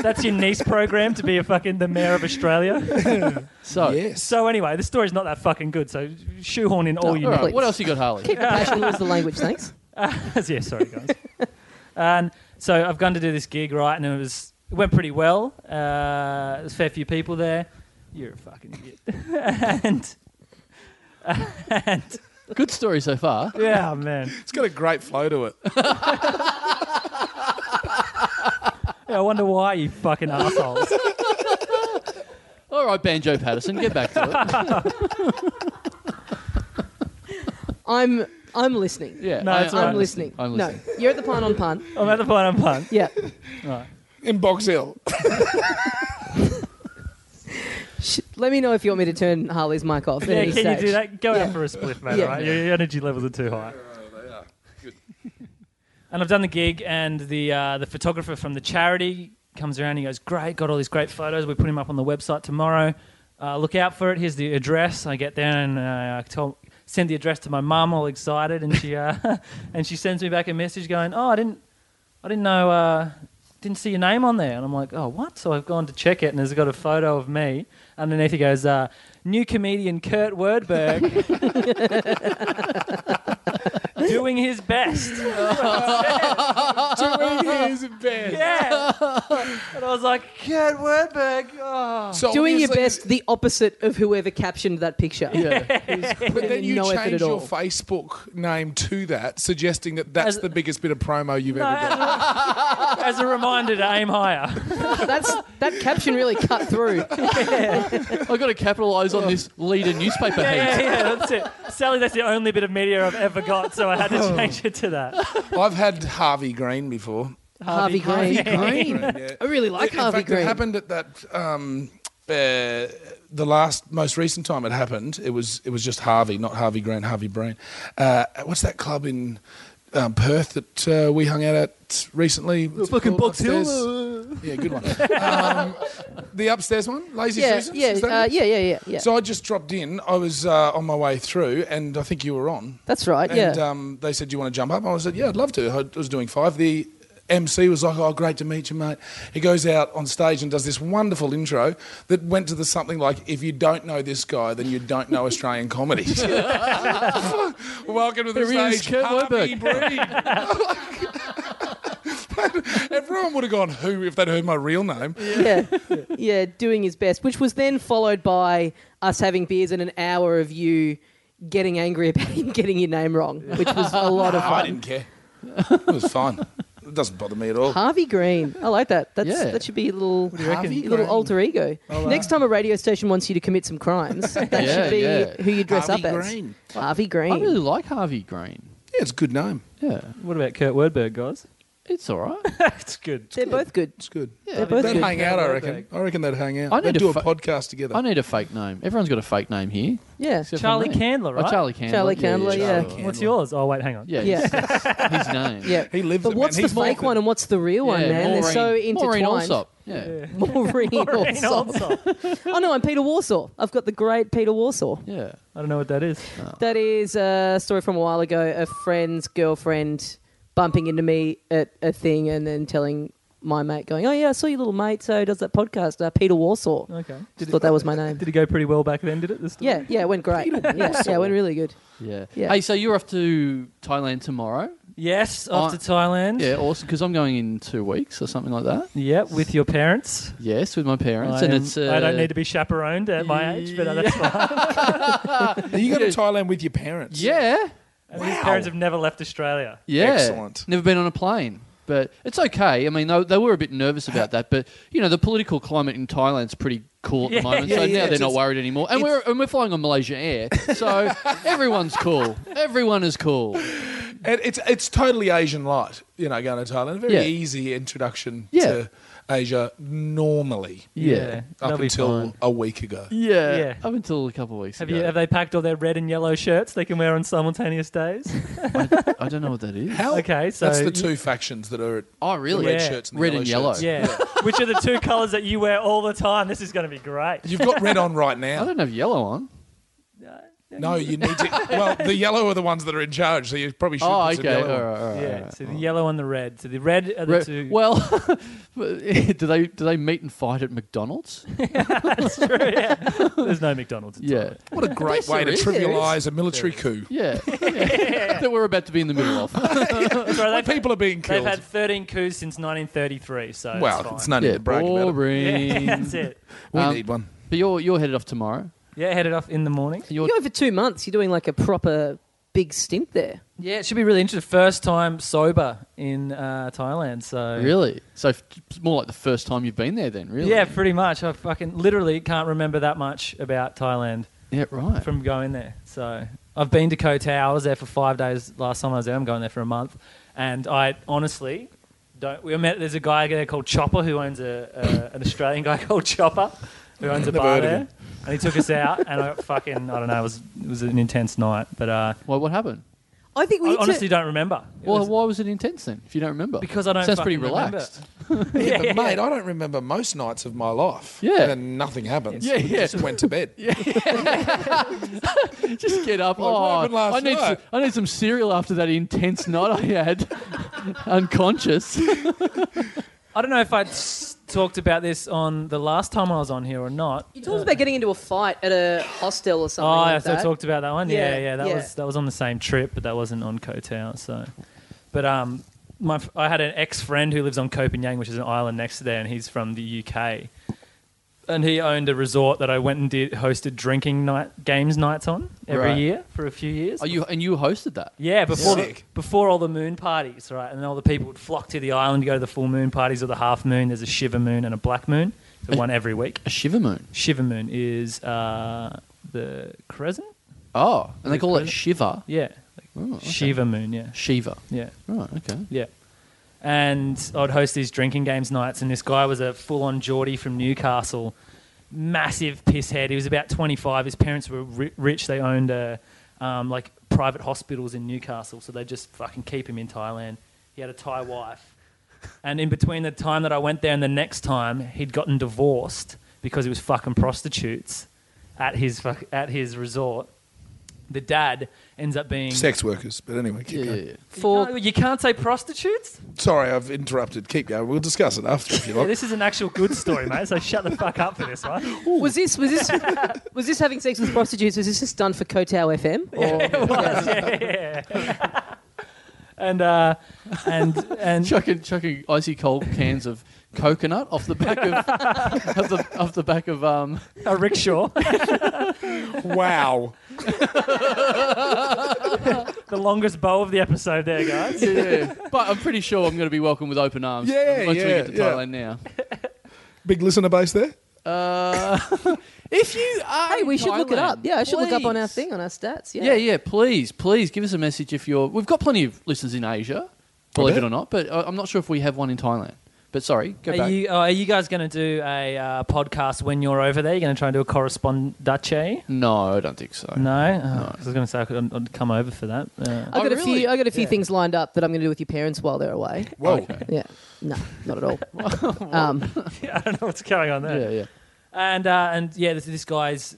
D: that's your niece program to be a fucking the mayor of Australia.
B: So,
C: yes.
D: So anyway, the story's not that fucking good. So shoehorn in all
B: all
D: you
B: right,
D: know.
A: please.
B: what else you got, Harley?
A: Keep the passion, lose the language. Thanks.
D: yeah, sorry guys. and so I've gone to do this gig, right? And it was it went pretty well. Uh, there's a fair few people there. You're a fucking idiot. and and
B: Good story so far.
D: yeah, man.
C: it's got a great flow to it.
D: Yeah, I wonder why you fucking assholes.
B: All right, Banjo Patterson, get back to
A: I'm I'm listening.
B: it. Yeah,
D: No,
B: I-
D: it's all
A: I'm
D: right.
A: listening.
B: I'm listening.
A: No, you're at the pun on pun.
D: I'm at the point I'm punt.
A: Yeah.
C: In Box Hill.
A: Sh- Let me know if you want me to turn Harley's mic off. at
D: Yeah,
A: any
D: can
A: stage.
D: you do that? Go out
A: Yeah.
D: for a spliff, mate.
A: Yeah.
D: all Right, your, your energy levels are too high. And I've done the gig, and the uh, the photographer from the charity comes around. He goes, "Great, got all these great photos. We're putting them up on the website tomorrow. Uh, look out for it. Here's the address." I get there and uh, I told, send the address to my mum, all excited, and she uh, and she sends me back a message going, "Oh, I didn't, I didn't know, uh, didn't see your name on there." And I'm like, "Oh, what?" So I've gone to check it, and there's got a photo of me underneath. It goes, uh, "New comedian Kurt Wordberg." Doing his best. Yeah. and I was like, Kurt Wordberg. Oh.
C: So
A: Doing your
C: obviously-
A: best, the opposite of whoever captioned that picture.
B: Yeah.
A: Put
C: But
A: in
C: then you
A: no effort
C: change
A: at
C: your
A: all.
C: Facebook name to that, suggesting that that's
D: As-
C: the biggest bit of promo you've ever done.
D: As a reminder to aim higher.
A: That's that caption really cut through.
B: I've got to capitalise on this leader newspaper
D: Yeah, yeah,
B: heat.
D: yeah, that's it. Sally, that's the only bit of media I've ever got, so I had to change it to that.
C: I've had Harvey Green before.
A: Harvey, Green.
B: Green.
C: Yeah.
A: I really like
C: In
A: Harvey
C: fact,
A: Green.
C: it happened at that. Um, uh, the last, most recent time it happened, it was it was just Harvey, not Harvey Green, Harvey Breen. Uh, what's that club in um, Perth that uh, we hung out at recently? What's it
B: fucking
C: called?
B: Box Hill,
C: Upstairs? Yeah, good one. um, the upstairs one, Lazy
A: yeah,
C: Susan.
A: yeah,
C: is that
A: uh,
C: it?
A: yeah, yeah, yeah, yeah.
C: So I just dropped in. I was uh, on my way through, and I think you were on.
A: That's right. Yeah.
C: And um, they said, Do you want to jump up? I said, Yeah, I'd love to. I was doing five. The MC was like, Oh, great to meet you, mate. He goes out on stage and does this wonderful intro that went to the something like, If you don't know this guy, then you don't know Australian comedy. Welcome to the
B: Here he is,
C: stage,
B: Kurt
C: Harvey Breen. Everyone would have gone, Who, if they'd heard my real name.
A: yeah, yeah, doing his best, which was then followed by us having beers and an hour of you getting angry about him getting your name wrong, which was a lot of
C: Ah, I
A: fun.
C: didn't care. It was fine. It doesn't bother me at all.
A: Harvey Green, I like that. That's
B: Yeah.
A: that should be a little,
C: do you reckon?
A: a little alter ego.
C: uh,
A: Next time a radio station wants you to commit some crimes, that
B: Yeah,
A: should be
B: yeah.
A: who you dress
C: Harvey
A: up
C: Green.
A: as. Harvey Green.
B: I really like Harvey Green.
C: Yeah, it's a good name.
B: Yeah.
D: What about Kurt Wordberg, guys?
B: It's all right.
D: That's good.
A: They're both good.
C: It's good.
A: They're both
C: they'd
A: good.
C: hang out, I reckon. I reckon they'd hang out.
B: I need
C: they'd
B: to
C: do
B: fi-
C: a podcast together.
B: I need a fake name. Everyone's got a fake name here.
A: Yeah.
B: except for
D: Charlie
B: me.
D: Candler, right?
B: Oh, Charlie Candler.
A: Charlie
B: Yeah,
A: Candler, yeah.
C: Charlie
D: What's
C: Candler.
D: yours? Oh wait, hang on.
B: Yeah,
A: Yeah.
B: it's- his name.
A: Yeah.
C: He lives
A: But
C: it, man.
A: what's
C: He's
A: the fake
C: Morphin.
A: one and what's the real one,
B: Yeah,
A: man? They're so
B: Maureen- Maureen
A: intertwined.
B: Allsop. Yeah.
D: Yeah.
A: Maureen
D: Maureen
A: Allsop.
D: Allsop.
A: Oh no, I'm Peter Warsaw. I've got the great Peter Warsaw.
B: Yeah.
D: I don't know what that is.
B: Uh.
A: That is a story from a while ago. A friend's girlfriend bumping into me at a thing and then telling my mate, going, "Oh yeah, I saw your little mate. So does that podcast, uh, Peter Warsaw."
D: Okay. Did
A: Just
D: it,
A: thought that was my name.
D: did it go pretty well back then? Did it? This
A: Yeah, yeah, it went great. Yeah, yeah, it went really good.
B: Yeah.
A: Yeah.
B: Hey, so you're off to Thailand tomorrow?
D: Yes. Off
B: I-
D: to Thailand.
B: Yeah, awesome. Because I'm going in two weeks or something like that.
D: Yeah, with your parents.
B: Yes, with my parents,
D: I,
B: and
D: am-
B: it's. Uh,
D: I don't need to be chaperoned at my age, but uh, that's fine.
C: Are you going to Thailand with your parents?
B: Yeah,
D: And His parents have never left Australia.
B: yeah.
C: Excellent.
B: Never been on a plane, but it's okay. I mean, they, they were a bit nervous about that, but you know, the political climate in Thailand's pretty cool at
D: Yeah.
B: the moment,
C: Yeah,
B: so
C: yeah,
B: now they're
C: it's-
B: not worried anymore. And we're and we're flying on Malaysia Air, so everyone's cool. Everyone is cool.
C: And it's it's totally Asian light, you know, going to Thailand. Very
B: Yeah.
C: easy introduction
B: Yeah.
C: to Asia normally.
B: Yeah.
D: that'll
C: Up
D: be
C: until
D: fine.
C: a week ago.
B: Yeah,
D: Yeah.
B: up until a couple of weeks
D: Have
B: ago.
D: you? Have they packed all their red and yellow shirts they can wear on simultaneous days?
B: I don't know what that is.
C: How?
D: Okay, so
C: that's the
D: you-
C: two factions that are
B: Oh,
C: the
B: really?
C: red
D: Yeah.
C: shirts and the
B: Red
C: yellow
B: and yellow.
C: shirts.
D: yeah. Which are the two colours that you wear all the time? This is going to be great.
C: You've got red on right
B: I
C: now.
B: don't have yellow on.
C: No, you need to. Well, the yellow are the ones that are in charge, so you probably should.
B: Oh,
C: put some
B: okay. All
C: yellow
B: right,
C: on.
B: all right, all
D: Yeah.
B: right.
D: So the yellow and the red. So the red are the
B: Re-
D: two.
B: well, do they do they meet and fight at McDonald's?
D: That's true, yeah. There's no McDonald's. in
B: Yeah,
C: What a great
B: Yes,
C: way to
B: there is.
C: trivialise a military coup.
B: yeah, that we're about to be in the middle of.
D: Thailand. Sorry,
C: When
D: they've,
C: people are being
D: they've
C: killed.
D: had 13 coups since 1933. So
C: well,
D: it's, fine.
C: it's none
B: yeah,
C: to brag about. It.
B: boring.
D: Yeah, that's it.
C: We
B: Um,
C: need one.
B: But you're you're headed off tomorrow.
D: Yeah, headed off in the morning.
B: You're,
A: You're over two months. You're doing like a proper big stint there.
D: Yeah, it should be really interesting. First time sober in uh, Thailand. So
B: really so f- it's more like the first time you've been there. Then really,
D: Yeah, pretty much. I fucking literally can't remember that much about Thailand
B: yeah, right.
D: from going there. So I've been to Koh Tao. I was there for five days last time I was there. I'm going there for a month, and I honestly don't. We met. There's a guy there called Chopper who owns a, a an Australian guy called Chopper who owns a
C: Never
D: bar
C: heard of
D: there,
C: him.
D: and he took us out. And I fucking I don't know. It was it was an intense night, but uh,
B: Well, what happened?
A: I think we
D: I
A: need to-
D: honestly don't remember. It
B: Well,
D: was-
B: why was it intense then? If you don't remember,
D: because I don't.
B: sounds pretty
D: fucking remember.
B: relaxed.
C: Yeah, but mate, I don't remember most nights of my life.
B: Yeah.
C: And then nothing happens.
B: Yeah,
C: We
B: yeah.
C: Just went to bed.
B: Just get up.
C: Like, what
B: oh,
C: happened last
B: I need
C: night?
B: Some, I need some cereal after that intense night I had, unconscious.
D: I don't know if I s- talked about this on the last time I was on here or not.
A: You talked about getting into a fight at a hostel or
D: Oh,
A: something. like
D: I
A: that.
D: talked about that one. Yeah,
A: Yeah,
D: yeah, that
A: yeah.
D: was that was on the same trip, but that wasn't on Koh Tao. So, but um, my f- I had an ex friend who lives on Koh Phangan, which is an island next to there, and he's from the UK. And he owned a resort that I went and did hosted drinking night games nights on every
B: Right.
D: year for a few years.
B: Are you and you hosted that?
D: Yeah, before the,
C: Sick.
D: before all the moon parties, right? And all the people would flock to the island to go to the full moon parties or the half moon. There's a shiver moon and a black moon. So one every week.
B: A shiver moon.
D: Shiver moon is uh, the crescent.
B: Oh, and they call it
D: Crescent?
B: shiver.
D: Yeah,
B: Oh, okay.
D: shiver moon. Yeah,
B: Shiva.
D: yeah.
B: Right. Okay.
D: Yeah. And I'd host these drinking games nights, and this guy was a full on Geordie from Newcastle, massive pisshead. He was about 25. His parents were ri- rich. They owned a, um, like private hospitals in Newcastle, so they just fucking keep him in Thailand. He had a Thai wife. And in between the time that I went there and the next time, he'd gotten divorced because he was fucking prostitutes at his, fuck- at his resort. The dad ends up being.
C: Sex workers. But anyway,
B: Yeah,
C: keep
B: yeah,
C: going.
B: yeah.
A: for
D: No, you can't say prostitutes?
C: Sorry, I've interrupted. Keep going. We'll discuss it after if you
D: Yeah,
C: like.
D: this is an actual good story, mate. So shut the fuck up for this one.
A: was this was this was this having sex with prostitutes? Was this just done for Kotow FM? Or,
D: yeah, And uh, and and
B: Chucking, chucking icy cold cans of coconut off the back of, of the, off the back of um.
D: a rickshaw,
C: Wow.
D: the longest bow of the episode, there, guys.
B: Yeah, but I'm pretty sure I'm going to be welcomed with open arms.
C: Yeah,
B: once we
C: yeah,
B: get to
C: yeah.
B: Thailand now.
C: Big listener base there.
B: Uh, if you are,
A: Hey, we
B: in
A: should look it
B: Thailand,
A: up. Yeah, I should look up on our
B: please.
A: thing on our stats. Yeah,
B: Yeah, yeah. Please, please give us a message if you're. We've got plenty of listeners in Asia. believe
C: Okay.
B: it or not. But I- I'm not sure if we have one in Thailand. But sorry, go
D: Are
B: back.
D: you, oh, are you guys going to do a uh, podcast when you're over there? You're going to try and do a correspondache?
B: no, I don't think so.
D: No, Oh, 'cause I was going to say I could, I'd, I'd come over for that. Uh,
A: I got
B: Oh,
A: a
B: really?
A: few. I got a few
D: Yeah.
A: things lined up that I'm going to do with your parents while they're away.
C: Whoa.
B: Okay.
A: Yeah, no, not at all. um,
D: I don't know what's going on there.
B: Yeah, yeah.
D: And uh, and yeah, this, this guy's.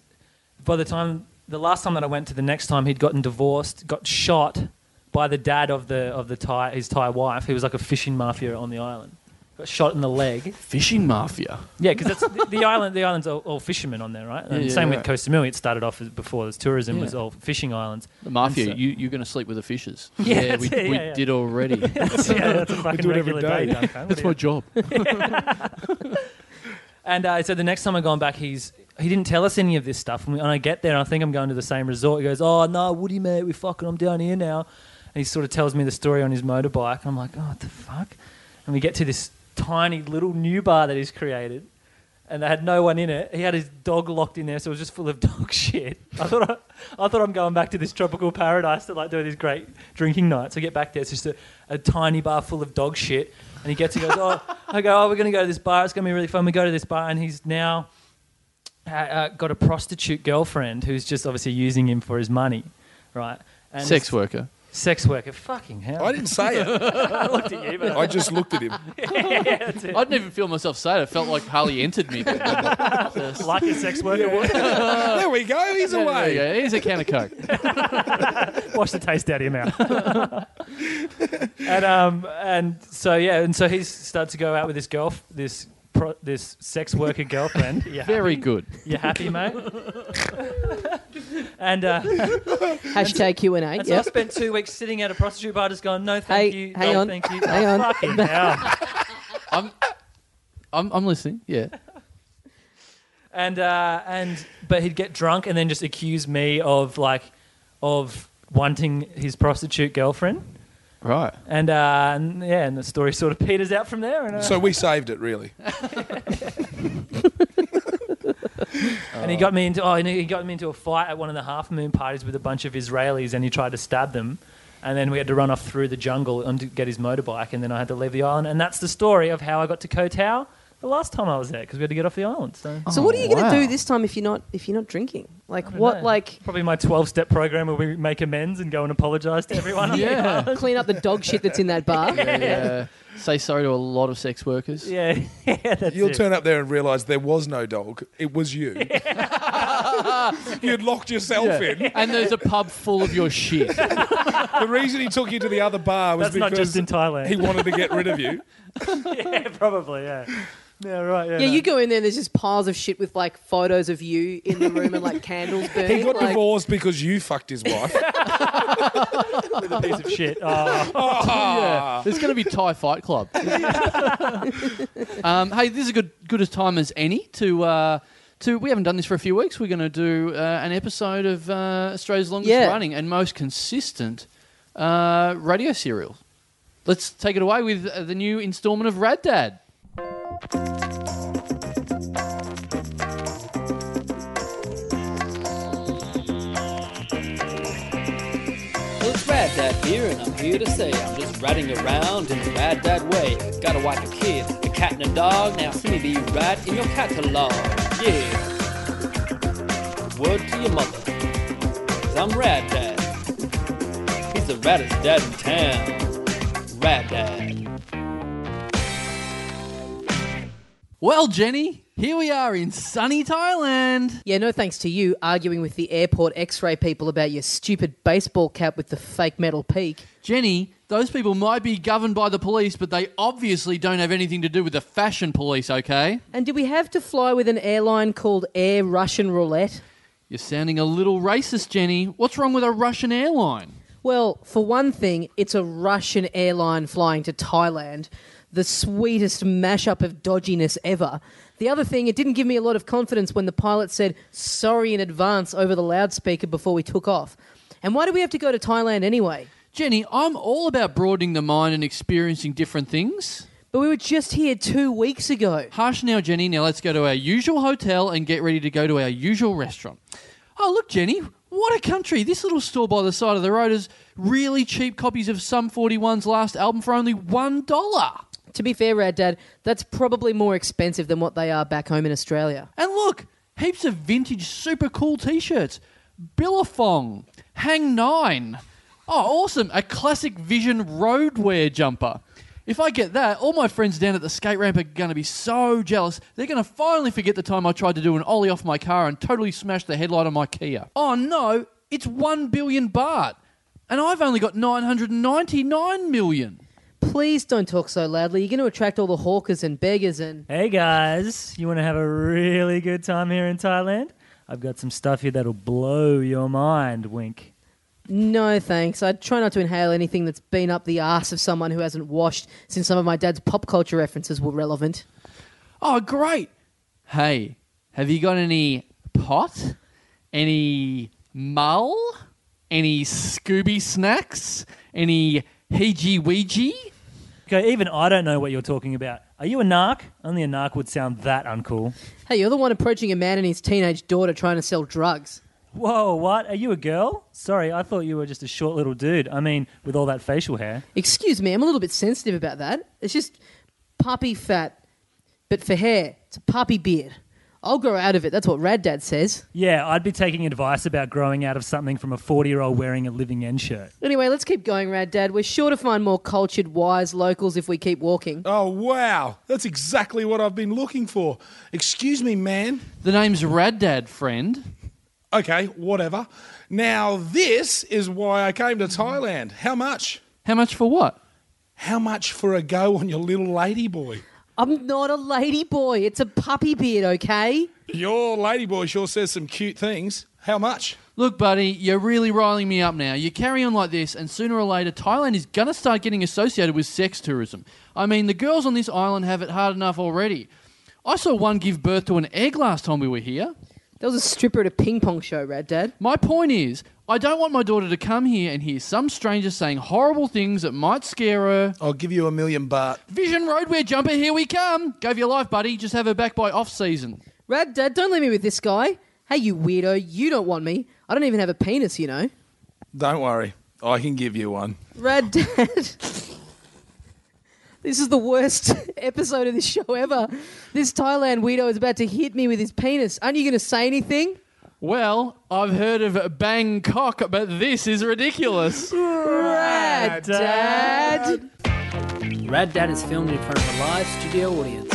D: By the time the last time that I went to, the next time he'd gotten divorced, got shot by the dad of the of the Thai his Thai wife. He was like a fishing mafia on the island. Got shot in the leg.
B: Fishing mafia.
D: Yeah, because that's the, the island. The islands all, all fishermen on there, right? And
B: Yeah, yeah,
D: same
B: yeah.
D: with Koh Samui. It started off as, before as tourism was
B: Yeah.
D: all fishing islands.
B: The mafia.
D: so-
B: you, you're going to sleep with the fishes.
D: Yeah,
B: we,
D: that's it,
B: we
D: yeah, yeah.
B: did already.
D: that's, yeah, that's a fucking
C: do it every
D: regular
C: day.
D: day. Duncan. What
B: that's
D: do
B: my
D: you-
B: job.
D: And uh, so the next time I gone back, he's he didn't tell us any of this stuff. And, we, and I get there, and I think I'm going to the same resort. He goes, "Oh no, Woody mate, we fucking I'm down here now." And he sort of tells me the story on his motorbike. And I'm like, "Oh what the fuck!" And we get to this tiny little new bar that he's created, and they had no one in it. He had his dog locked in there, so it was just full of dog shit. I thought I, I thought I'm going back to this tropical paradise to like do these great drinking nights. I get back there, it's just a, a tiny bar full of dog shit. And he gets, he goes, oh, I go, oh, we're gonna go to this bar. It's gonna be really fun. We go to this bar, and he's now uh, uh, got a prostitute girlfriend who's just obviously using him for his money, right? And
B: Sex worker.
D: it's- sex worker. Fucking hell!
C: I didn't say it.
D: I looked at you, but
C: I just looked at him.
D: yeah, that's it.
B: I didn't even feel myself say it. It felt like Harley entered me.
D: like a sex worker.
C: there we go. He's away.
B: Yeah, here's a can of Coke.
D: wash the taste out of your mouth. and um and so yeah, and so he starts to go out with this girl, this pro, this sex worker girlfriend. Yeah,
B: Very good.
D: You happy, mate? and uh, and
A: hashtag Q and A.
D: so I
A: Yep.
D: spent two weeks sitting at a prostitute bar, just going, no, thank
A: Hey,
D: you,
A: hang
D: no,
A: on,
D: thank you,
A: hang on.
D: fucking hell.
B: I'm, I'm, I'm listening. Yeah.
D: And uh, and but he'd get drunk and then just accuse me of like of wanting his prostitute girlfriend.
B: Right.
D: And, uh, and yeah, and the story sort of peters out from there. And, uh,
C: So we saved it, really.
D: And he got me into oh, and he got me into a fight at one of the half moon parties with a bunch of Israelis, and he tried to stab them. And then we had to run off through the jungle and to get his motorbike, and then I had to leave the island. And that's the story of how I got to Koh Tao the last time I was there because we had to get off the island. So
A: So what are you going
B: wow.
A: to do this time if you're not if you're not drinking? Like
D: don't
A: what?
D: know.
A: Like
D: probably my twelve-step program where we make amends and go and apologize to everyone. on the
B: Yeah.
A: clean up the dog shit that's in that bar.
B: yeah. Say sorry to a lot of sex workers.
D: island. yeah, yeah, that's
C: You'll
D: it.
C: turn up there and realise there was no dog. It was you. You'd locked yourself in.
B: And there's a pub full of your shit.
C: The reason he took you to the other bar was
D: That's not
C: because
D: just in Thailand.
C: he wanted to get rid of you.
D: yeah, probably. Yeah. Yeah. Right. Yeah.
A: Yeah,
D: no.
A: you go in there. There's just piles of shit with like photos of you in the room and like candles burning.
C: He got
A: like,
C: divorced because you fucked his wife.
D: with a piece of shit. Oh.
B: yeah.
C: Ah.
B: There's going to be Thai Fight Club. um, hey, this is a good good as time as any to. Uh, to, we haven't done this for a few weeks. We're going to do uh, an episode of uh, Australia's longest
A: Yeah.
B: running and most consistent uh, radio serial. Let's take it away with uh, the new instalment of Rad Dad.
E: Well, it's Rad Dad here, and I'm here to say I'm just ratting around in a Rad Dad way. Got a wife, a kid, a cat, and a dog. Now see me be rad in your catalog. Yeah. Word to your mother, i I'm Rad Dad. He's the raddest dad in town. Rad Dad.
B: Well, Jenny, here we are in sunny Thailand.
A: Yeah, no thanks to you arguing with the airport X-ray people about your stupid baseball cap with the fake metal peak.
B: Jenny, those people might be governed by the police, but they obviously don't have anything to do with the fashion police, okay?
A: And do we have to fly with an airline called Air Russian Roulette?
B: You're sounding a little racist, Jenny. What's wrong with a Russian airline?
A: Well, for one thing, it's a Russian airline flying to Thailand. The sweetest mashup of dodginess ever. The other thing, it didn't give me a lot of confidence when the pilot said sorry in advance over the loudspeaker before we took off. And why do we have to go to Thailand anyway?
B: Jenny, I'm all about broadening the mind and experiencing different things.
A: But we were just here two weeks ago.
B: Harsh now, Jenny. Now let's go to our usual hotel and get ready to go to our usual restaurant. Oh, look, Jenny, what a country! This little store by the side of the road has really cheap copies of Sum 41's last album for only one dollar.
A: To be fair, Rad Dad, that's probably more expensive than what they are back home in Australia.
B: And look, heaps of vintage, super cool T-shirts, Billafong, Hang Nine. Oh, awesome! A classic Vision roadwear jumper. If I get that, all my friends down at the skate ramp are going to be so jealous. They're going to finally forget the time I tried to do an ollie off my car and totally smashed the headlight on my Kia. Oh no, it's 1 billion baht. And I've only got 999 million.
A: Please don't talk so loudly. You're going to attract all the hawkers and beggars and.
D: Hey guys, you want to have a really good time here in Thailand? I've got some stuff here that'll blow your mind, wink.
A: No thanks. I try not to inhale anything that's been up the arse of someone who hasn't washed since some of my dad's pop culture references were relevant.
B: Oh, great. Hey, have you got any pot? Any mull? Any Scooby snacks? Any Heejee Weejee?
D: Okay, even I don't know what you're talking about. Are you a narc? Only a narc would sound that uncool.
A: Hey, you're the one approaching a man and his teenage daughter trying to sell drugs.
D: Whoa, what? Are you a girl? Sorry, I thought you were just a short little dude. I mean, with all that facial hair.
A: Excuse me, I'm a little bit sensitive about that. It's just puppy fat, but for hair, it's a puppy beard. I'll grow out of it. That's what Rad Dad says.
D: Yeah, I'd be taking advice about growing out of something from a 40 year old wearing a living end shirt.
A: Anyway, let's keep going, Rad Dad. We're sure to find more cultured, wise locals if we keep walking.
C: Oh, wow. That's exactly what I've been looking for. Excuse me, man.
B: The name's Rad Dad, friend.
C: Okay, whatever. Now, this is why I came to Thailand. How much?
B: How much for what?
C: How much for a go on your little lady boy?
A: I'm not a lady boy. It's a puppy beard, okay?
C: Your lady boy sure says some cute things. How much?
B: Look, buddy, you're really riling me up now. You carry on like this, and sooner or later, Thailand is going to start getting associated with sex tourism. I mean, the girls on this island have it hard enough already. I saw one give birth to an egg last time we were here.
A: There was a stripper at a ping pong show, Rad Dad.
B: My point is, I don't want my daughter to come here and hear some stranger saying horrible things that might scare her.
C: I'll give you a million baht.
B: Vision Roadwear jumper, here we come. Go for your life, buddy. Just have her back by off season.
A: Rad Dad, don't leave me with this guy. Hey, you weirdo, you don't want me. I don't even have a penis, you know.
C: Don't worry, I can give you one.
A: Rad Dad. This is the worst episode of this show ever. This Thailand weirdo is about to hit me with his penis. Aren't you going to say anything?
B: Well, I've heard of Bangkok, but this is ridiculous.
A: Rad Dad.
E: Rad Dad is filmed in front of a live studio audience.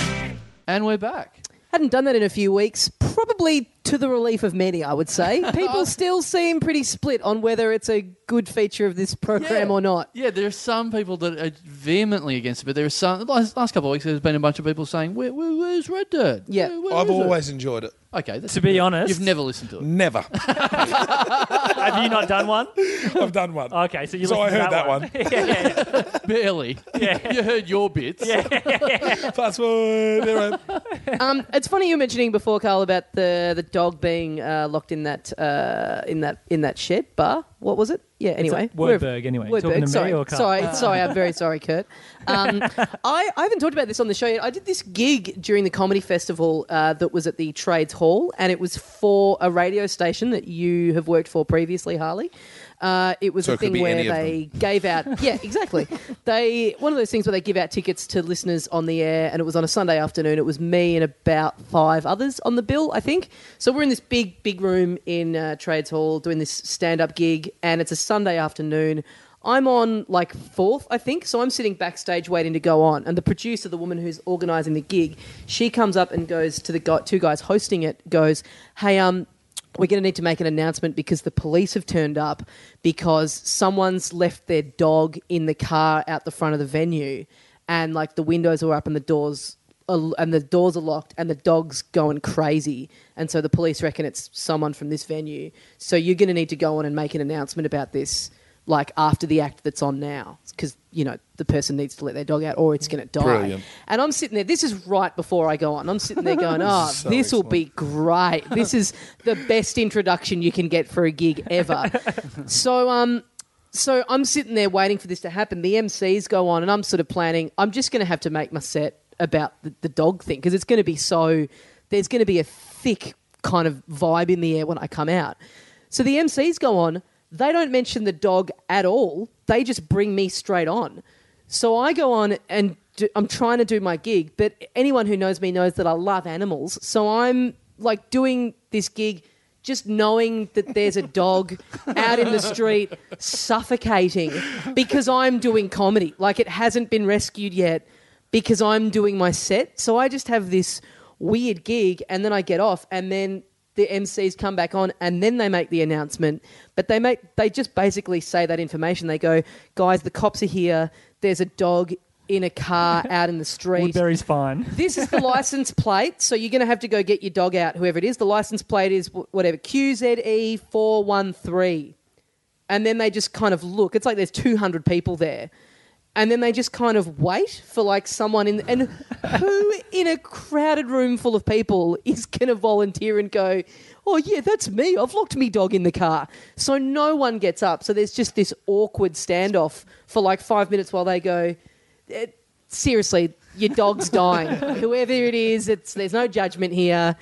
B: and we're back.
A: Hadn't done that in a few weeks, probably to the relief of many, I would say. People still seem pretty split on whether it's a good feature of this program
B: Yeah.
A: or not.
B: Yeah, there are some people that are vehemently against it, but there are some. Last, last couple of weeks, there's been a bunch of people saying, Where, where, "Where's Red Dirt?"
A: Yeah.
B: Where- where
C: I've
B: is it?"
C: always enjoyed it.
B: okay. That's
D: To be honest-
B: you've never listened to it.
C: Never.
D: Have you not done one?
C: I've done one.
D: Okay, so you
C: So
D: listened
C: I
D: to
C: heard that
D: yeah, yeah,
B: Barely.
D: Yeah.
B: you heard your bits.
D: yeah.
C: Fast forward. There I am.
A: Um, it's funny you were mentioning before, Carl, about the, the dog being uh, locked in that uh, in that in that shed bar. What was it? Yeah. Anyway, Where-
D: Wordberg, anyway.
A: Wordberg,
D: Talking to me
A: sorry,
D: or Carl?
A: sorry, sorry, I'm very sorry, Kurt. Um, I, I haven't talked about this on the show yet. I did this gig during the comedy festival uh, that was at the Trades Hall, and it was for a radio station that you have worked for previously, Harley. Uh, it was
C: So
A: a
C: it could
A: thing
C: be
A: where
C: any of
A: they gave out, yeah, exactly. they one of those things where they give out tickets to listeners on the air, and it was on a Sunday afternoon. It was me and about five others on the bill, I think. So we're in this big, big room in uh, Trades Hall doing this stand-up gig, and it's a Sunday afternoon. I'm on like fourth, I think. So I'm sitting backstage waiting to go on. And the producer, the woman who's organising the gig, she comes up and goes to the guy, two guys hosting it, goes, Hey, um, we're going to need to make an announcement because the police have turned up because someone's left their dog in the car out the front of the venue. And like the windows are up and the doors are- and the doors are locked and the dog's going crazy and so the police reckon it's someone from this venue so you're going to need to go on and make an announcement about this like after the act that's on now because you know the person needs to let their dog out or it's going to die
C: Brilliant.
A: and i'm sitting there this is right before i go on i'm sitting there going oh
C: so
A: this will be great this is the best introduction you can get for a gig ever so um so I'm sitting there waiting for this to happen. The MCs go on, and I'm sort of planning. I'm just going to have to make my set about the, the dog thing because it's going to be so. There's going to be a thick kind of vibe in the air when I come out. So the MCs go on, they don't mention the dog at all. They just bring me straight on. So I go on and do, I'm trying to do my gig, but anyone who knows me knows that I love animals. So I'm like doing this gig just knowing that there's a dog out in the street suffocating because I'm doing comedy. Like it hasn't been rescued yet because I'm doing my set. So I just have this weird gig and then I get off and then the MCs come back on and then they make the announcement. But they make they just basically say that information. They go, guys, the cops are here. There's a dog in a car out in the street.
D: Woodbury's fine.
A: This is the license plate, so you're going to have to go get your dog out, whoever it is. The license plate is wh- whatever QZE four one three, and then they just kind of look. It's like there's two hundred people there, and then they just kind of wait for like someone in. And who in a crowded room full of people is going to volunteer and go? Oh yeah, that's me. I've locked me dog in the car. So no one gets up. So there's just this awkward standoff for like five minutes while they go seriously, your dog's dying. Whoever it is, it's there's no judgment here.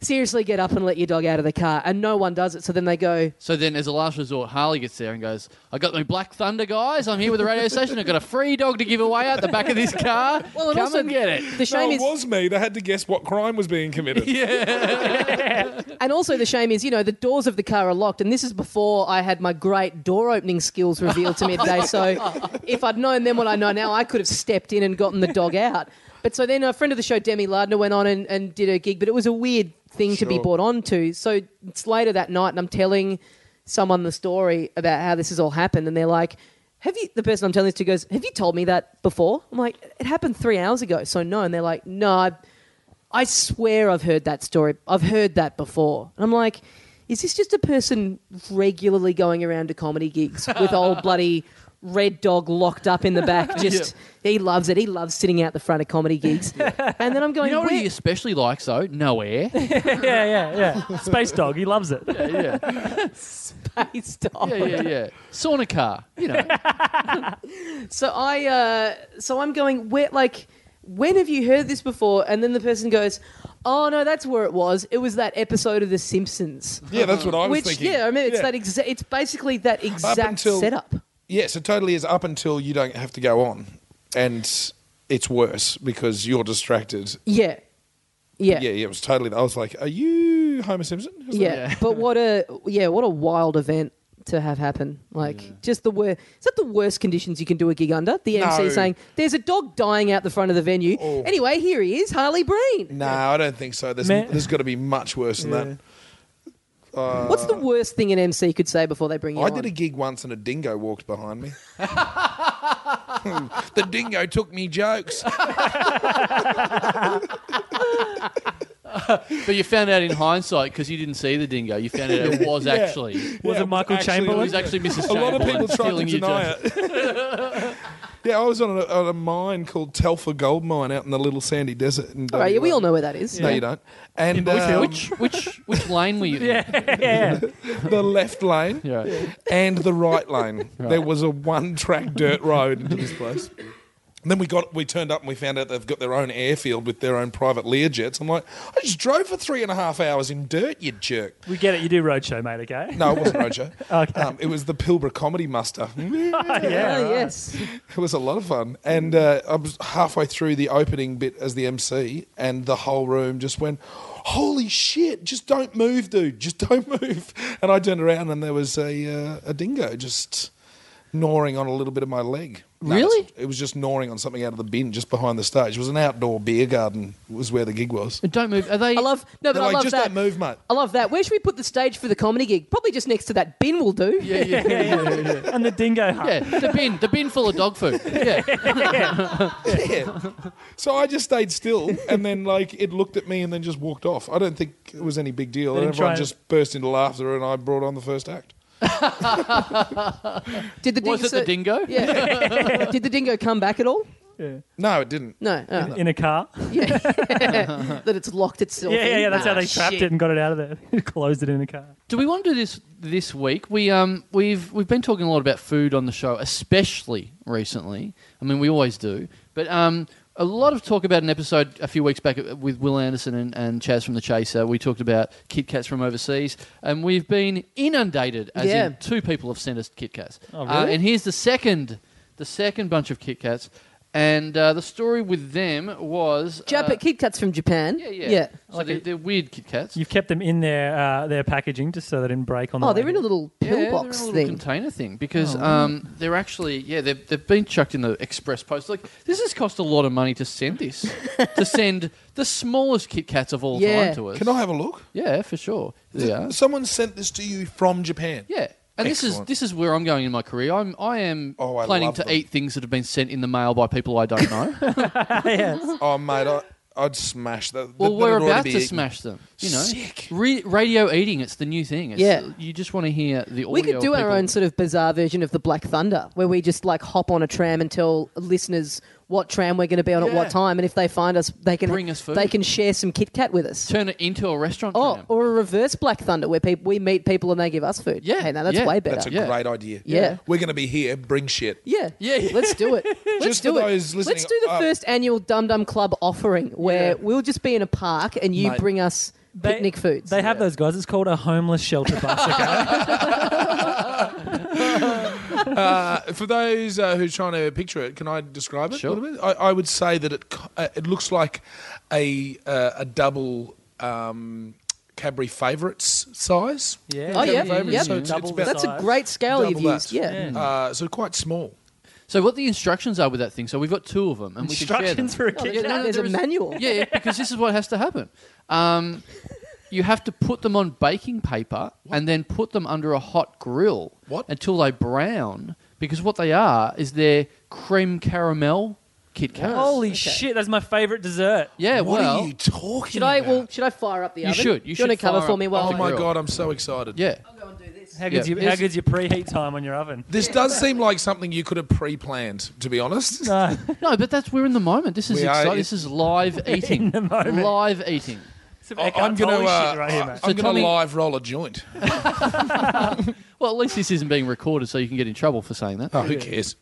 A: Seriously, get up and let your dog out of the car. And no one does it. So then they go,
B: So then, as a last resort, Harley gets there and goes, I got my Black Thunder, guys. I'm here with the radio station. I've got a free dog to give away out the back of this car.
A: Well, and
B: Come
A: also-
B: and get it.
A: the shame
C: no,
A: is,
C: it was me. They had to guess what crime was being committed.
A: and also the shame is, you know, the doors of the car are locked. And this is before I had my great door opening skills revealed to me today. So if I'd known then what I know now, I could have stepped in and gotten the dog out. But so then a friend of the show, Demi Lardner, went on and, and did her gig. But it was a weird thing to be
C: Sure.
A: brought on to. So it's later that night, and I'm telling someone the story about how this has all happened, and they're like, "Have you?" The person I'm telling this to goes, "Have you told me that before?" I'm like, "It happened three hours ago." So no, and they're like, "No, I, I swear I've heard that story. I've heard that before." And I'm like. Is this just a person regularly going around to comedy gigs with old bloody red dog locked up in the back? Just he loves it. He loves sitting out the front of comedy gigs. And then I'm going,
B: You know what
A: "Where-
B: he especially likes, though? No air.
D: yeah, yeah, yeah. Space dog. He loves it.
B: Yeah, yeah,
A: based on.
B: yeah, yeah. yeah. Sauna car, you know.
A: So I, uh, so I'm going. Where, like, when have you heard this before? And then the person goes, "Oh no, that's where it was. It was that episode of The Simpsons."
C: Yeah, that's what I was
A: Which,
C: thinking.
A: yeah, I mean, it's
C: Yeah.
A: that exact. It's basically that exact
C: until-
A: setup.
C: Yes, it totally is up until you don't have to go on. And it's worse because you're distracted.
A: Yeah, yeah,
C: Yeah, yeah, it was totally. I was like, are you Homer Simpson? Is
A: yeah.
B: Yeah.
A: but what a yeah, what a wild event to have happen. Like, just the worst. Is that the worst conditions you can do a gig under? The MC
C: No.
A: saying, "There's a dog dying out the front of the venue."
C: Oh.
A: Anyway, here he is, Harley Breen.
C: No, I don't think so. There's,
D: Man-
C: there's got to be much worse than that.
A: What's the worst thing an MC could say before they bring you
C: Uh. I
A: on?
C: did a gig once and a dingo walked behind me. the dingo took me jokes.
B: But you found out in hindsight because you didn't see the dingo. You found out it was actually. It
D: Was
C: Yeah,
D: it Michael
C: actually,
D: Chamberlain?
B: was actually Mrs.
C: A lot of
B: Chamberlain
C: people tried to
B: stealing your
C: deny
B: jokes.
C: it. yeah, I was on a, on a mine called Telfer Gold Mine out in the Little Sandy Desert. In
A: All right, yeah, we
C: WA.
A: all know where that is.
C: No, you don't. And um,
B: Which, which, which lane were you in?
D: Yeah, yeah.
C: um, the left lane
B: Yeah.
C: and the right lane. There was a one-track dirt road into this place. And then we got we turned up and we found out they've got their own airfield with their own private Lear jets. I'm like, I just drove for three and a half hours in dirt, you jerk.
D: We get it. You do roadshow, mate. Okay.
C: No, it wasn't Roger.
D: Okay.
C: um, it was the Pilbara Comedy Muster.
D: yeah.
A: Ah,
D: right.
A: yes.
C: It was a lot of fun. And uh, I was halfway through the opening bit as the MC, and the whole room just went, Holy shit, just don't move, dude. Just don't move. And I turned around, and there was a, uh, a dingo just gnawing on a little bit of my leg. No,
B: Really?
C: it's- It was just gnawing on something out of the bin just behind the stage. It was an outdoor beer garden, was where the gig was.
B: Don't move. Are they?
A: I love no, but
C: They're
A: I
C: like,
A: love
C: just
A: that.
C: don't move, mate.
A: I love that. Where should we put the stage for the comedy gig? Probably just next to that bin will do.
B: Yeah, yeah, yeah, yeah, yeah.
D: And the dingo. Hunt.
B: Yeah, the bin, the bin full of dog food. Yeah,
C: Yeah. So I just stayed still, and then like it looked at me, and then just walked off. I don't think it was any big deal, and
D: didn't try
C: everyone
D: and-
C: just burst into laughter, and I brought on the first act.
A: Did the dingo?
B: was it the dingo?
A: Yeah. Did the dingo come back at all?
D: Yeah.
C: No, it didn't.
A: No. Oh.
D: In a car.
A: Yeah. that it's locked itself.
D: Yeah, yeah,
A: in.
D: yeah. That's how
A: Ah,
D: they trapped
A: shit.
D: it and got it out of there. Closed it in a car.
B: Do we want to do this this week? We um we've we've been talking a lot about food on the show, especially recently. I mean, we always do, but um a lot of talk about an episode a few weeks back uh, with Will Anderson and, and Chaz from The Chaser. We talked about Kit Kats from overseas, and we've been inundated. As
A: Yeah.
B: in, two people have sent us Kit Kats.
D: Oh,
B: Uh,
D: really?
B: and here's the second, the second bunch of Kit Kats, and uh, the story with them was
A: Jap-
B: uh,
A: Kit Kats from Japan.
B: Yeah, yeah.
A: yeah.
B: So
D: Like
B: they're,
D: a-
B: they're weird Kit Kats.
D: You've kept them in their uh, their packaging just so they didn't break on the
A: Oh, they're
D: way.
A: in a little
B: Yeah, they're in a
A: pillbox
B: little
A: thing. Oh,
B: container thing because um, they're actually yeah they've, they've been chucked in the express post. Like this has cost a lot of money to send this to send the smallest Kit Kats of all
A: Yeah.
B: time to us.
C: Can I have a look?
B: Yeah, for sure.
C: Th-
B: Yeah,
C: Someone sent this to you from Japan.
B: yeah. And this is
C: Excellent.
B: this is where I'm going in my career. I'm I am
C: Oh, I
B: planning
C: love
B: to
C: them.
B: eat things that have been sent in the mail by people I don't know.
D: yes.
C: Oh, mate, I, I'd smash that.
B: well,
C: that-
B: we're
C: that'd already
B: about
C: be
B: to
C: eaten.
B: smash them. You know,
C: Sick.
B: Re- radio eating. It's the new thing. It's,
A: Yeah.
B: you just want to hear the audio.
A: We could
B: of
A: do our
B: people.
A: own sort of bizarre version of the Black Thunder, where we just like hop on a tram and tell listeners what tram we're going to be on at
B: Yeah.
A: what time, and if they find us, they can
B: Bring us food.
A: They can share some Kit Kat with us.
B: turn it into a restaurant.
A: Oh,
B: tram.
A: or a reverse Black Thunder, where peop we meet people and they give us food.
B: Yeah,
A: hey, now that's
B: yeah.
A: way
C: That's
A: better.
C: a
B: Yeah.
C: great idea.
A: Yeah.
C: We're going to be here. Bring shit.
A: yeah.
B: Yeah, yeah.
A: let's do it. Let's
C: Just for
A: do it.
C: those listening
A: let's do the
C: up-
A: first annual Dum Dum Club offering, where
B: Yeah.
A: we'll just be in a park and you
B: Mate.
A: bring us
D: They-
A: picnic foods.
D: They have those guys. It's called a homeless shelter bus. okay?
C: Uh, for those uh, who are trying to picture it, can I describe it? a
B: Sure.
C: little bit? I, I would say that it co- uh, it looks like a uh, a double um, Cadbury favourites size.
D: yeah.
A: Oh, yeah.
C: Cadbury
A: Yep.
C: So it's,
D: Double
C: it's about,
A: that's a
D: size.
A: great scale
C: Double
A: you've used.
C: that.
A: Yeah. Oh,
C: uh, so quite small.
B: So what the instructions are with that thing? So we've got two of them, and we can share them.
D: Instructions for a
A: Oh,
D: kid.
A: there's,
B: no, no,
A: there's
B: there
A: a
B: is-
A: manual.
B: yeah, yeah, because this is what has to happen. Um, you have to put them on baking paper and then put them under a hot grill
C: What?
B: until they brown. Because what they are is they're creme caramel Kit Kats.
D: Holy
A: Okay.
D: shit! That's my favorite dessert.
B: yeah,
C: what
B: well,
C: are you talking
A: Should I?
C: about?
A: Well, should I fire up the
B: You
A: oven?
B: should. You
A: Do you
B: should
A: want to cover
B: fire
A: for
B: up-
A: me while
C: oh
A: I-
C: my
B: grill.
C: god, I'm so excited.
B: yeah.
A: I'll go and do this.
D: How good's
B: Yeah.
D: your how
B: Here's-
D: good's your preheat time on your oven?
C: This does seem like something you could have pre-planned, to be honest.
D: No.
B: No, but that's we're in the moment. This is
C: We are-
B: exciting. This is live eating.
D: the moment.
B: Live eating.
D: Some
C: I-
D: Eckhart
C: I'm gonna,
D: Tolle
C: uh,
D: shit right here,
C: I-
D: mate.
B: So
C: I'm going
B: Tommy-
C: to live roll a joint.
B: Well, at least this isn't being recorded, so you can get in trouble for saying that.
C: Oh, who cares?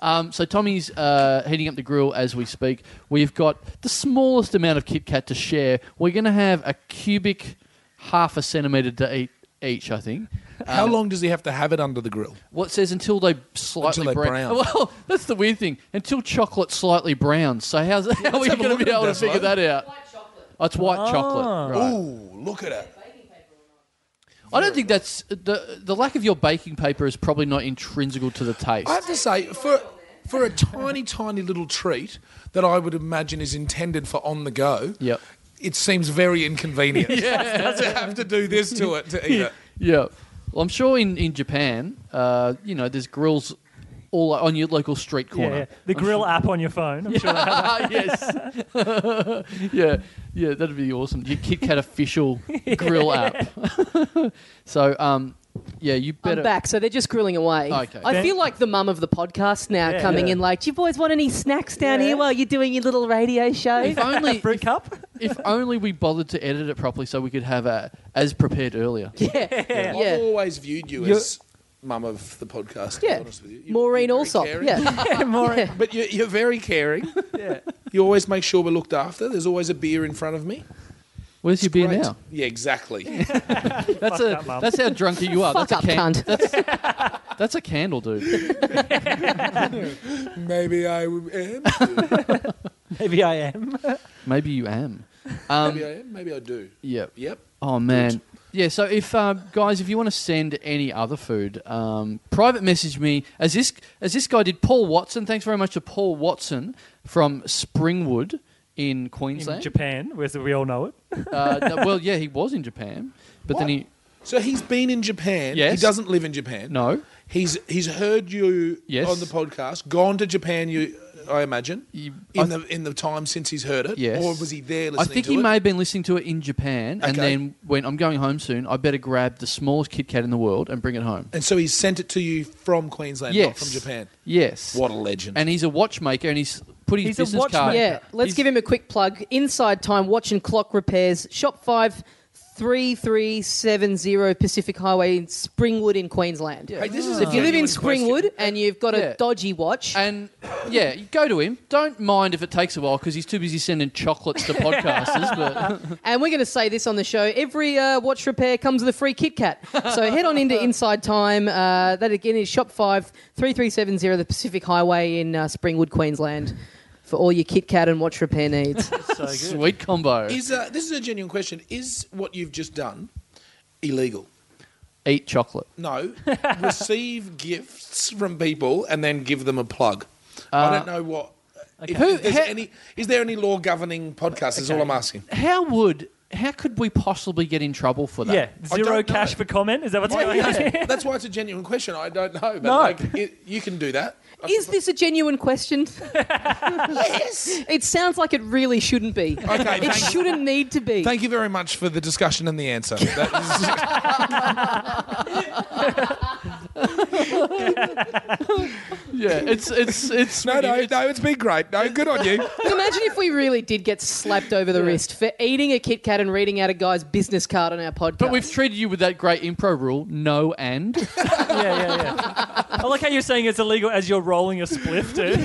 B: Um, so Tommy's uh, heating up the grill as we speak. We've got the smallest amount of Kit Kat to share. We're going to have a cubic half a centimetre to eat each, I think.
C: How long does he have to have it under the grill?
B: What says until they slightly
C: Until they brown.
B: Well, that's the weird thing. Until chocolate slightly browns. So how's, how are we
C: have a
B: going
C: look
B: to
C: at
B: be able to
C: this
B: figure
C: one.
B: that out? Oh, it's white chocolate. Right.
C: Ooh, look at it.
B: I don't think that's the the lack of your baking paper is probably not intrinsical to the taste.
C: I have to say, for for a tiny, tiny little treat that I would imagine is intended for on the go,
B: Yep.
C: it seems very inconvenient to have to do this to it to eat it.
B: Yeah. Well, I'm sure in, in Japan, uh, you know, there's grills all on your local street
D: Yeah,
B: corner.
D: yeah. The grill app on your phone. I'm sure that-
B: yes. yeah. Yeah, that'd be awesome. Your Kit Kat official grill app. so, um, yeah, you better.
A: I'm back, so they're just grilling away.
B: Okay.
A: I feel like the mum of the podcast now
D: Yeah.
A: coming
D: Yeah.
A: in, like, "Do you boys want any snacks down
D: Yeah.
A: here while you're doing your little radio show?"
B: If only,
D: Fruit cup.
B: if only we bothered to edit it properly so we could have a, as prepared earlier.
A: yeah, yeah,
C: I've always viewed you
D: You're-
C: as mum of the podcast. To
A: Yeah.
C: be honest with you. You-
A: Maureen
C: you're very
A: Allsop.
C: caring.
A: Yeah,
D: Yeah, more.
A: Yeah.
C: But you're, you're very caring.
D: Yeah.
C: You always make sure we're looked after. There's always a beer in front of me.
B: Where's your beer
C: Great.
B: now?
C: Yeah, exactly.
B: That's
D: Fuck
B: a
D: that, Mum.
B: that's how drunk you are.
A: Fuck
B: that's a
A: up,
B: can-
A: cunt.
B: That's, that's a candle, dude.
C: Maybe I am.
D: Maybe I am.
B: Maybe you am. Um,
C: Maybe I am. Maybe I do.
B: yep.
C: Yep.
B: Oh man, yeah. So if uh, guys, if you want to send any other food, um, private message me as this as this guy did. Paul Watson. Thanks very much to Paul Watson from Springwood in
D: In
B: Queensland.
D: Japan, where we all know it.
B: Uh, no, well, yeah, he was in Japan, but then
C: What?
B: he
C: So he's been in Japan.
B: Yes.
C: He doesn't live in Japan.
B: no.
C: He's he's heard you
B: Yes.
C: on the podcast, gone to Japan. You, I imagine,
B: You-
C: in
B: I-
C: the in the time since he's heard it.
B: Yes.
C: Or was he there
B: I
C: listening?
B: think
C: to
B: he
C: it?
B: may have been listening to it in Japan, and
C: Okay.
B: then went, "I'm going home soon. I better grab the smallest Kit Kat in the world and bring it home."
C: And so he sent it to you from Queensland,
B: yes,
C: not from Japan.
B: Yes.
C: What a legend!
B: And he's a watchmaker, and he's putting his
D: He's a
B: business card.
D: watchmaker.
A: yeah. Let's
B: He's-
A: give him a quick plug. Inside time watch and clock repairs. Shop five 3370 Pacific Highway in Springwood in Queensland.
C: Hey,
B: Ah.
C: this is
A: So
C: a
A: if you live in
C: genuine question.
A: Springwood and you've got
B: Yeah.
A: a dodgy watch,
B: And yeah, you go to him. Don't mind if it takes a while because he's too busy sending chocolates to podcasters. But
A: and we're going to say this on the show every uh, watch repair comes with a free Kit Kat. So head on into Inside Time. Uh, that again is Shop 5 3370 the Pacific Highway in uh, Springwood, Queensland for all your Kit Kat and watch repair needs.
D: So good.
B: sweet combo.
C: Is uh, this is a genuine question? Is what you've just done illegal?
B: Eat chocolate.
C: No. receive gifts from people and then give them a plug. I don't know what. If
B: Who-
C: there's
B: how-
C: any, is there any law governing podcasts? Is all I'm asking.
B: How would? How could we possibly get in trouble for that?
D: Yeah,
C: I
D: zero
C: don't know.
D: cash for comment. Is that what's
C: Why-
D: going on? here?
C: that's why it's a genuine question. I don't know, but
D: No.
C: like, it, you can do that.
A: is this a genuine question? yes. It sounds like it really shouldn't be.
C: Okay,
A: It
C: thank-
A: shouldn't need to be.
C: Thank you very much for the discussion and the answer. That
B: Yeah, it's it's it's
C: is, no, no, no, it's been great. No, good on you.
A: But Imagine if we really did get slapped over the wrist for eating a Kit Kat and reading out a guy's business card on our podcast.
B: But we've treated you with that great impro rule, no and.
D: yeah, yeah, yeah. I like how you're saying it's illegal as you're rolling a spliff, dude.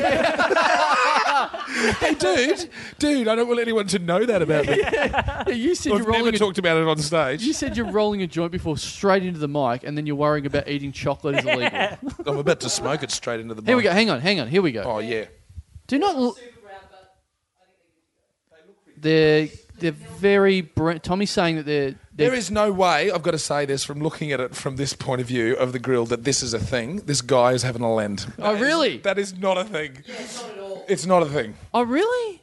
C: Hey, dude, dude, I don't want anyone to know that about me.
B: you said
C: We've
B: you're rolling.
C: never
B: A,
C: talked about it on
B: you
C: stage.
B: said you're rolling a joint before straight into the mic, and then you're worrying about eating chocolate is illegal.
C: I'm about to smoke it straight into the.
B: Here we go.
C: mic.
B: Hang on, hang on. Here we go.
C: Oh yeah.
B: Do not. L- they're they're very. Br- Tommy's saying that they're. they're
C: There is no way, I've got to say this from looking at it from this point of view of the grill, that this is a thing. This guy is having a lend.
B: oh really?
C: That is not a thing.
A: It's not at all.
C: It's not a thing.
B: oh really?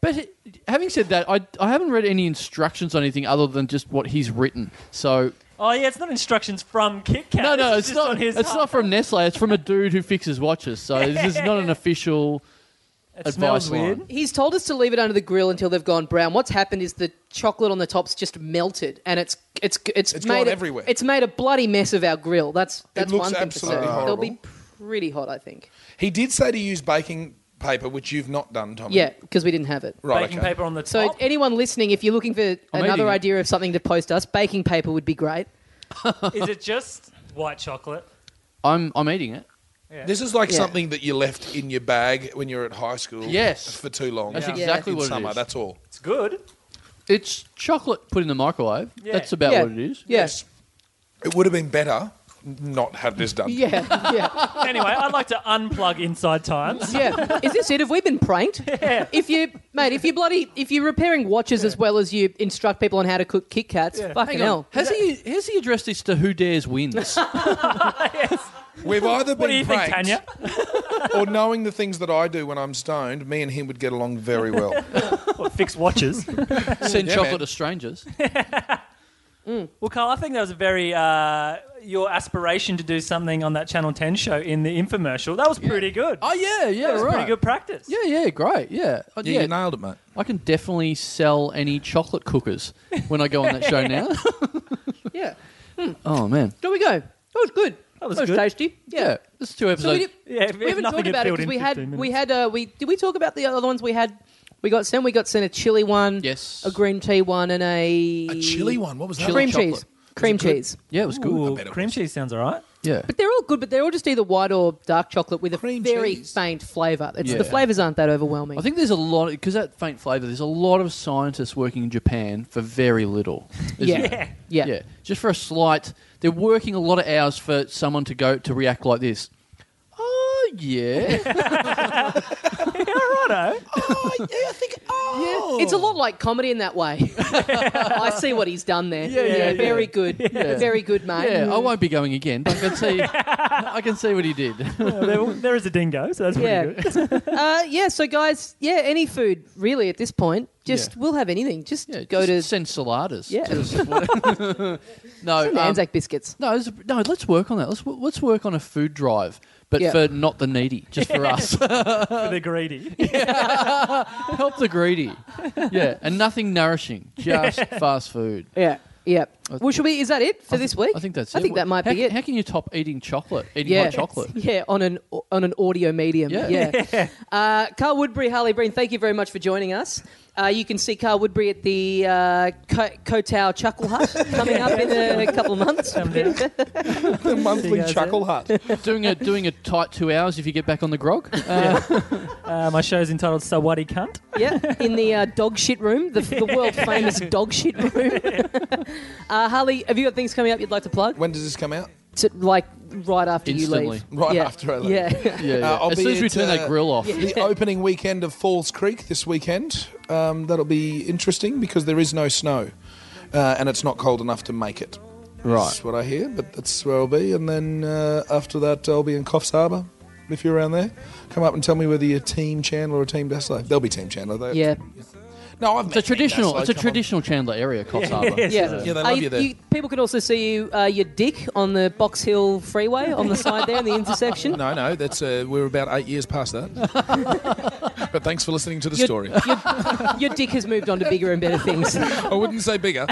B: But h- having said that, I, I haven't read any instructions on anything other than just what he's written. So
D: Oh yeah, it's not instructions from Kit Kat.
B: no, no, it's,
D: just on
B: not.
D: his
B: It's not from Nestle. It's from a dude who fixes watches. So this is not an official
D: It
B: advice
D: smells
B: line.
D: weird.
A: He's told us to leave it under the grill until they've gone brown. What's happened is the chocolate on the top's just melted, and it's it's it's,
C: It's
A: made
C: gone
A: a,
C: everywhere.
A: It's made a bloody mess of our grill. That's that's
C: looks
A: one thing
C: absolutely
A: for certain.
C: horrible.
A: They'll be pretty hot, I think.
C: He did say to use baking paper, which you've not done, Tommy.
A: Yeah, because we didn't have it.
C: Right,
D: Baking
C: okay.
D: paper on the
A: So
D: top.
A: anyone listening, if you're looking for
B: I'm eating
A: another
B: it.
A: idea of something to post us, baking paper would be great.
D: is it just white chocolate?
B: I'm I'm eating it.
C: This is like
A: Yeah.
C: something that you left in your bag when you were at high school.
B: Yes.
C: For too long.
B: That's
D: Yeah.
B: exactly
C: In
B: what
C: summer,
B: it is.
C: that's all.
D: It's good.
B: It's chocolate put in the microwave.
D: Yeah.
B: That's about
A: Yeah.
B: what it is.
A: Yeah.
C: It would have been better not have this done.
A: Yeah, yeah.
D: Anyway, I'd like to unplug Inside Times.
A: Yeah. Is this it? Have we been pranked? If you, mate, if you bloody, if you're repairing watches as well as you instruct people on how to cook Kit Kats, fucking
B: Hang on.
A: hell.
B: Has he has he addressed this to who dares wins?
C: We've either been
D: What do you think,
C: pranked
D: Tanya?
C: or knowing the things that I do when I'm stoned, me and him would get along very well.
D: What, fix watches.
B: Send
C: Yeah,
B: chocolate
C: man.
B: to strangers.
D: Well, Carl, I think that was a very uh, your aspiration to do something on that Channel Ten show in the infomercial. That was pretty good.
B: Oh yeah, yeah,
D: that was
B: right.
D: pretty good practice.
B: Yeah, yeah, great. Yeah, Uh,
C: yeah, you nailed it, mate.
B: I can definitely sell any chocolate cookers when I go on that show now.
A: Yeah. Hmm.
B: oh man,
A: There we go. That was good. That
D: was good.
A: tasty. Yeah.
B: yeah, this is two
A: So we,
B: episodes.
A: did,
D: Yeah, if-
A: we
D: if
A: haven't
D: nothing
A: talked
D: had
A: about it
D: filled
A: because
D: in
A: we had
D: 15
A: we had uh, we did we talk about the other ones we had we got sent we got sent a chili one
B: Yes.
A: a green tea one and a
C: A chili one. What was that?
A: cream
B: chocolate.
A: cheese cream cheese
B: yeah, it was good.
D: Ooh,
C: bet it
D: cream
C: was.
D: cheese sounds all right.
B: Yeah,
A: but they're all good but they're all just either white or dark chocolate with a
C: Cream
A: very
C: cheese.
A: faint flavour it's
B: Yeah.
A: the flavours aren't that overwhelming
B: I think there's a lot because that faint flavour. There's a lot of scientists working in Japan for very little. isn't
A: Yeah.
B: there?
D: Yeah.
A: yeah.
B: yeah, just for a slight. They're working a lot of hours for someone to go to react like this. Oh yeah.
C: Oh, yeah, I think. Oh,
A: Yeah, it's a lot like comedy in that way. I see what he's done there.
B: Yeah, yeah, yeah.
A: very good, very good, mate.
B: Yeah, I won't be going again, but I can see, I can see what he did.
D: there, there is a dingo, so that's pretty
A: Yeah.
D: good.
A: uh, yeah. So, guys, yeah, any food really at this point. Just
B: Yeah.
A: we'll have anything. Just
B: Yeah,
A: go
B: just
A: to
B: send saladas.
A: Yeah.
B: to us. no, um,
A: Anzac biscuits.
B: no, it's- no. Let's work on that. Let's w- let's work on a food drive, but
A: Yeah.
B: for not the needy, just for us.
D: for
B: Uh,
D: the greedy.
B: Help the greedy. Yeah, and nothing nourishing, just fast food.
A: Yeah, yeah. Well, should we? Is that it for this week?
B: I think that's.
A: I
B: it.
A: think that might
B: how,
A: be it.
B: How can you top eating chocolate? Eating
A: yeah,
B: hot chocolate.
A: Yeah, on an on an audio medium.
B: Yeah.
A: Yeah. Uh, Carl Woodbury, Harley Breen, thank you very much for joining us. Uh, you can see Carl Woodbury at the uh, Ko- Kotau Chuckle Hut coming up in a couple of months.
D: Someday.
C: the monthly
D: guys
C: chuckle hut.
B: doing a doing a tight two hours if you get back on the grog. Uh,
D: Uh, my show's entitled Sawadee Cunt.
A: yeah, in the uh, dog shit room, the, the world famous dog shit room. uh, Harley, have you got things coming up you'd like to plug?
C: When does this come out?
A: To, like right after you
B: Instantly.
A: leave.
C: Right
A: Yeah.
C: after I leave.
A: Yeah.
B: yeah, yeah.
C: Uh, I'll
B: as
C: be
B: soon as we
C: at,
B: turn
C: uh,
B: that grill off,
C: the opening weekend of Falls Creek this weekend. Um, that'll be interesting because there is no snow, uh, and it's not cold enough to make it.
B: right?
C: That's what I hear, but that's where I'll be. And then uh, after that, I'll be in Coffs Harbour. If you're around there, come up and tell me whether you're Team Chandler or Team Daslow. They'll be Team Chandler. They,
A: Yeah.
C: No, I've
B: It's a traditional. It's a traditional
C: tradition.
B: Chandler area, Coffs Harbour.
A: Yeah,
C: Yeah, they
A: Uh,
C: love you there.
A: people can also see you, uh, your dick on the Box Hill Freeway on the side there in the intersection.
C: No, no, that's uh, we're about eight years past that. but thanks for listening to the
A: You're-
C: story.
A: Your, your dick has moved on to bigger and better things.
C: I wouldn't say bigger.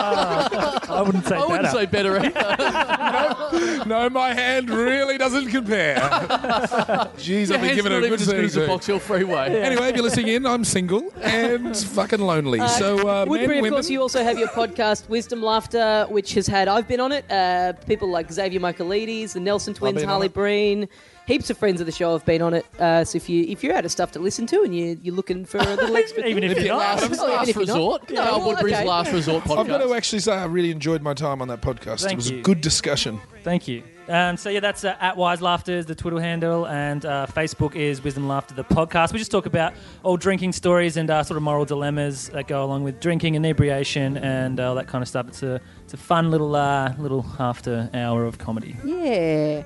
D: I wouldn't say
B: I
D: that.
B: wouldn't
D: up.
B: say better. either.
C: No, my hand really doesn't compare. Jeez,
B: Your
C: I've been
B: hand's
C: giving
B: not
C: it a
B: even
C: good
B: as good as the
C: singing.
B: Box Hill Freeway.
C: Anyway, if you're listening in, I'm single and fucking lonely. so, uh, men,
A: Woodbury, of
C: women,
A: course, you also have your podcast Wisdom Laughter, which has had, I've been on it, uh, people like Xavier Michaelides, the Nelson Twins,
C: been on
A: Harley
C: it.
A: Breen. Heaps of friends of the show have been on it. Uh, so if, you, if you're out of stuff to listen to and you, you're looking for a little extra...
D: Even if
C: If
D: you're
C: you're
D: not.
C: laughing.
B: Adam's
A: Oh, even
B: last
A: if you're not.
B: resort.
A: No,
B: Uh,
A: well,
B: Woodbury's
A: okay.
B: last resort podcast.
C: I've got to actually say I really enjoyed my time on that podcast.
D: Thank
C: it was
D: you.
C: a good discussion.
D: Thank you. Um, so yeah, that's uh, at Wise Laughter is the Twitter handle, and uh, Facebook is Wisdom Laughter the podcast. We just talk about all drinking stories and uh, sort of moral dilemmas that go along with drinking, inebriation, and uh, all that kind of stuff. It's a it's a fun little uh, little after hour of comedy.
A: Yeah.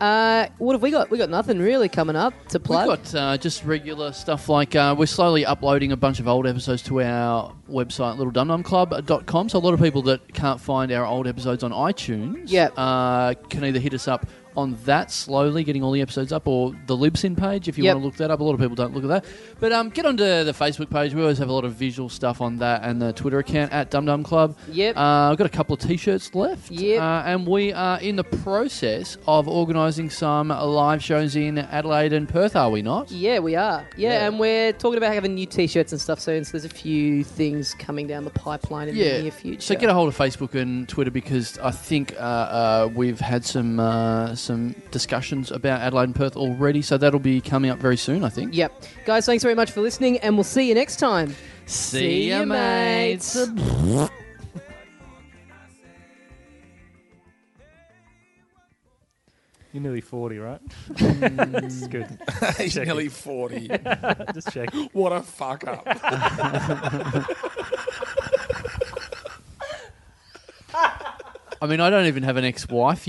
A: Uh, what have we got? We got nothing really coming up to
B: We've
A: plug.
B: got uh, just regular stuff like uh, we're slowly uploading a bunch of old episodes to our website, littledumdumclub.com. So a lot of people that can't find our old episodes on iTunes
A: Yep.
B: uh, can either hit us up on that slowly, getting all the episodes up, or the Libsyn page if you
A: Yep.
B: want to look that up. A lot of people don't look at that. But um, get onto the Facebook page. We always have a lot of visual stuff on that and the Twitter account at Dum Dum Club.
A: Yep.
B: Uh, I've got a couple of t shirts left.
A: Yep.
B: Uh, and we are in the process of organising some live shows in Adelaide and Perth, are we not?
A: Yeah, we are. Yeah,
B: Yeah.
A: and we're talking about having new T-shirts and stuff soon. So there's a few things coming down the pipeline in the near future.
B: So get a hold of Facebook and Twitter because I think uh, uh, we've had some uh, some discussions about Adelaide and Perth already. So that'll be coming up very soon, I think.
A: Yep, guys, thanks very much for listening, and we'll see you next time. See ya, mates.
D: You're nearly forty, right? this is good.
C: He's
D: Check it.
C: nearly 40.
D: Just check.
C: what a fuck up.
B: I mean, I don't even have an ex-wife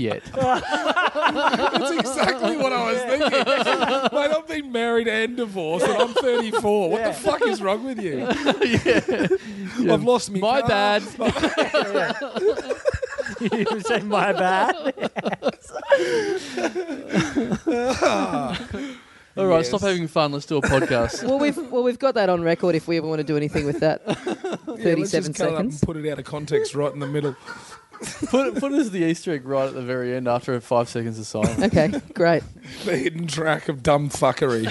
B: yet.
C: That's exactly what I was thinking. Mate, I've been married and divorced and I'm 34. What the fuck is wrong with you? I've lost me.
B: My
C: car.
B: bad.
D: you say my bad.
B: All right,
C: Yes.
B: stop having fun. Let's do a podcast.
A: Well, we've well we've got that on record if we ever want to do anything with that.
C: Yeah, let's
A: Thirty-seven
C: just cut it up
A: seconds.
C: and put it out of context right in the middle.
B: put put us the Easter egg right at the very end after five seconds of silence.
A: Okay, great.
C: The hidden track of dumb fuckery.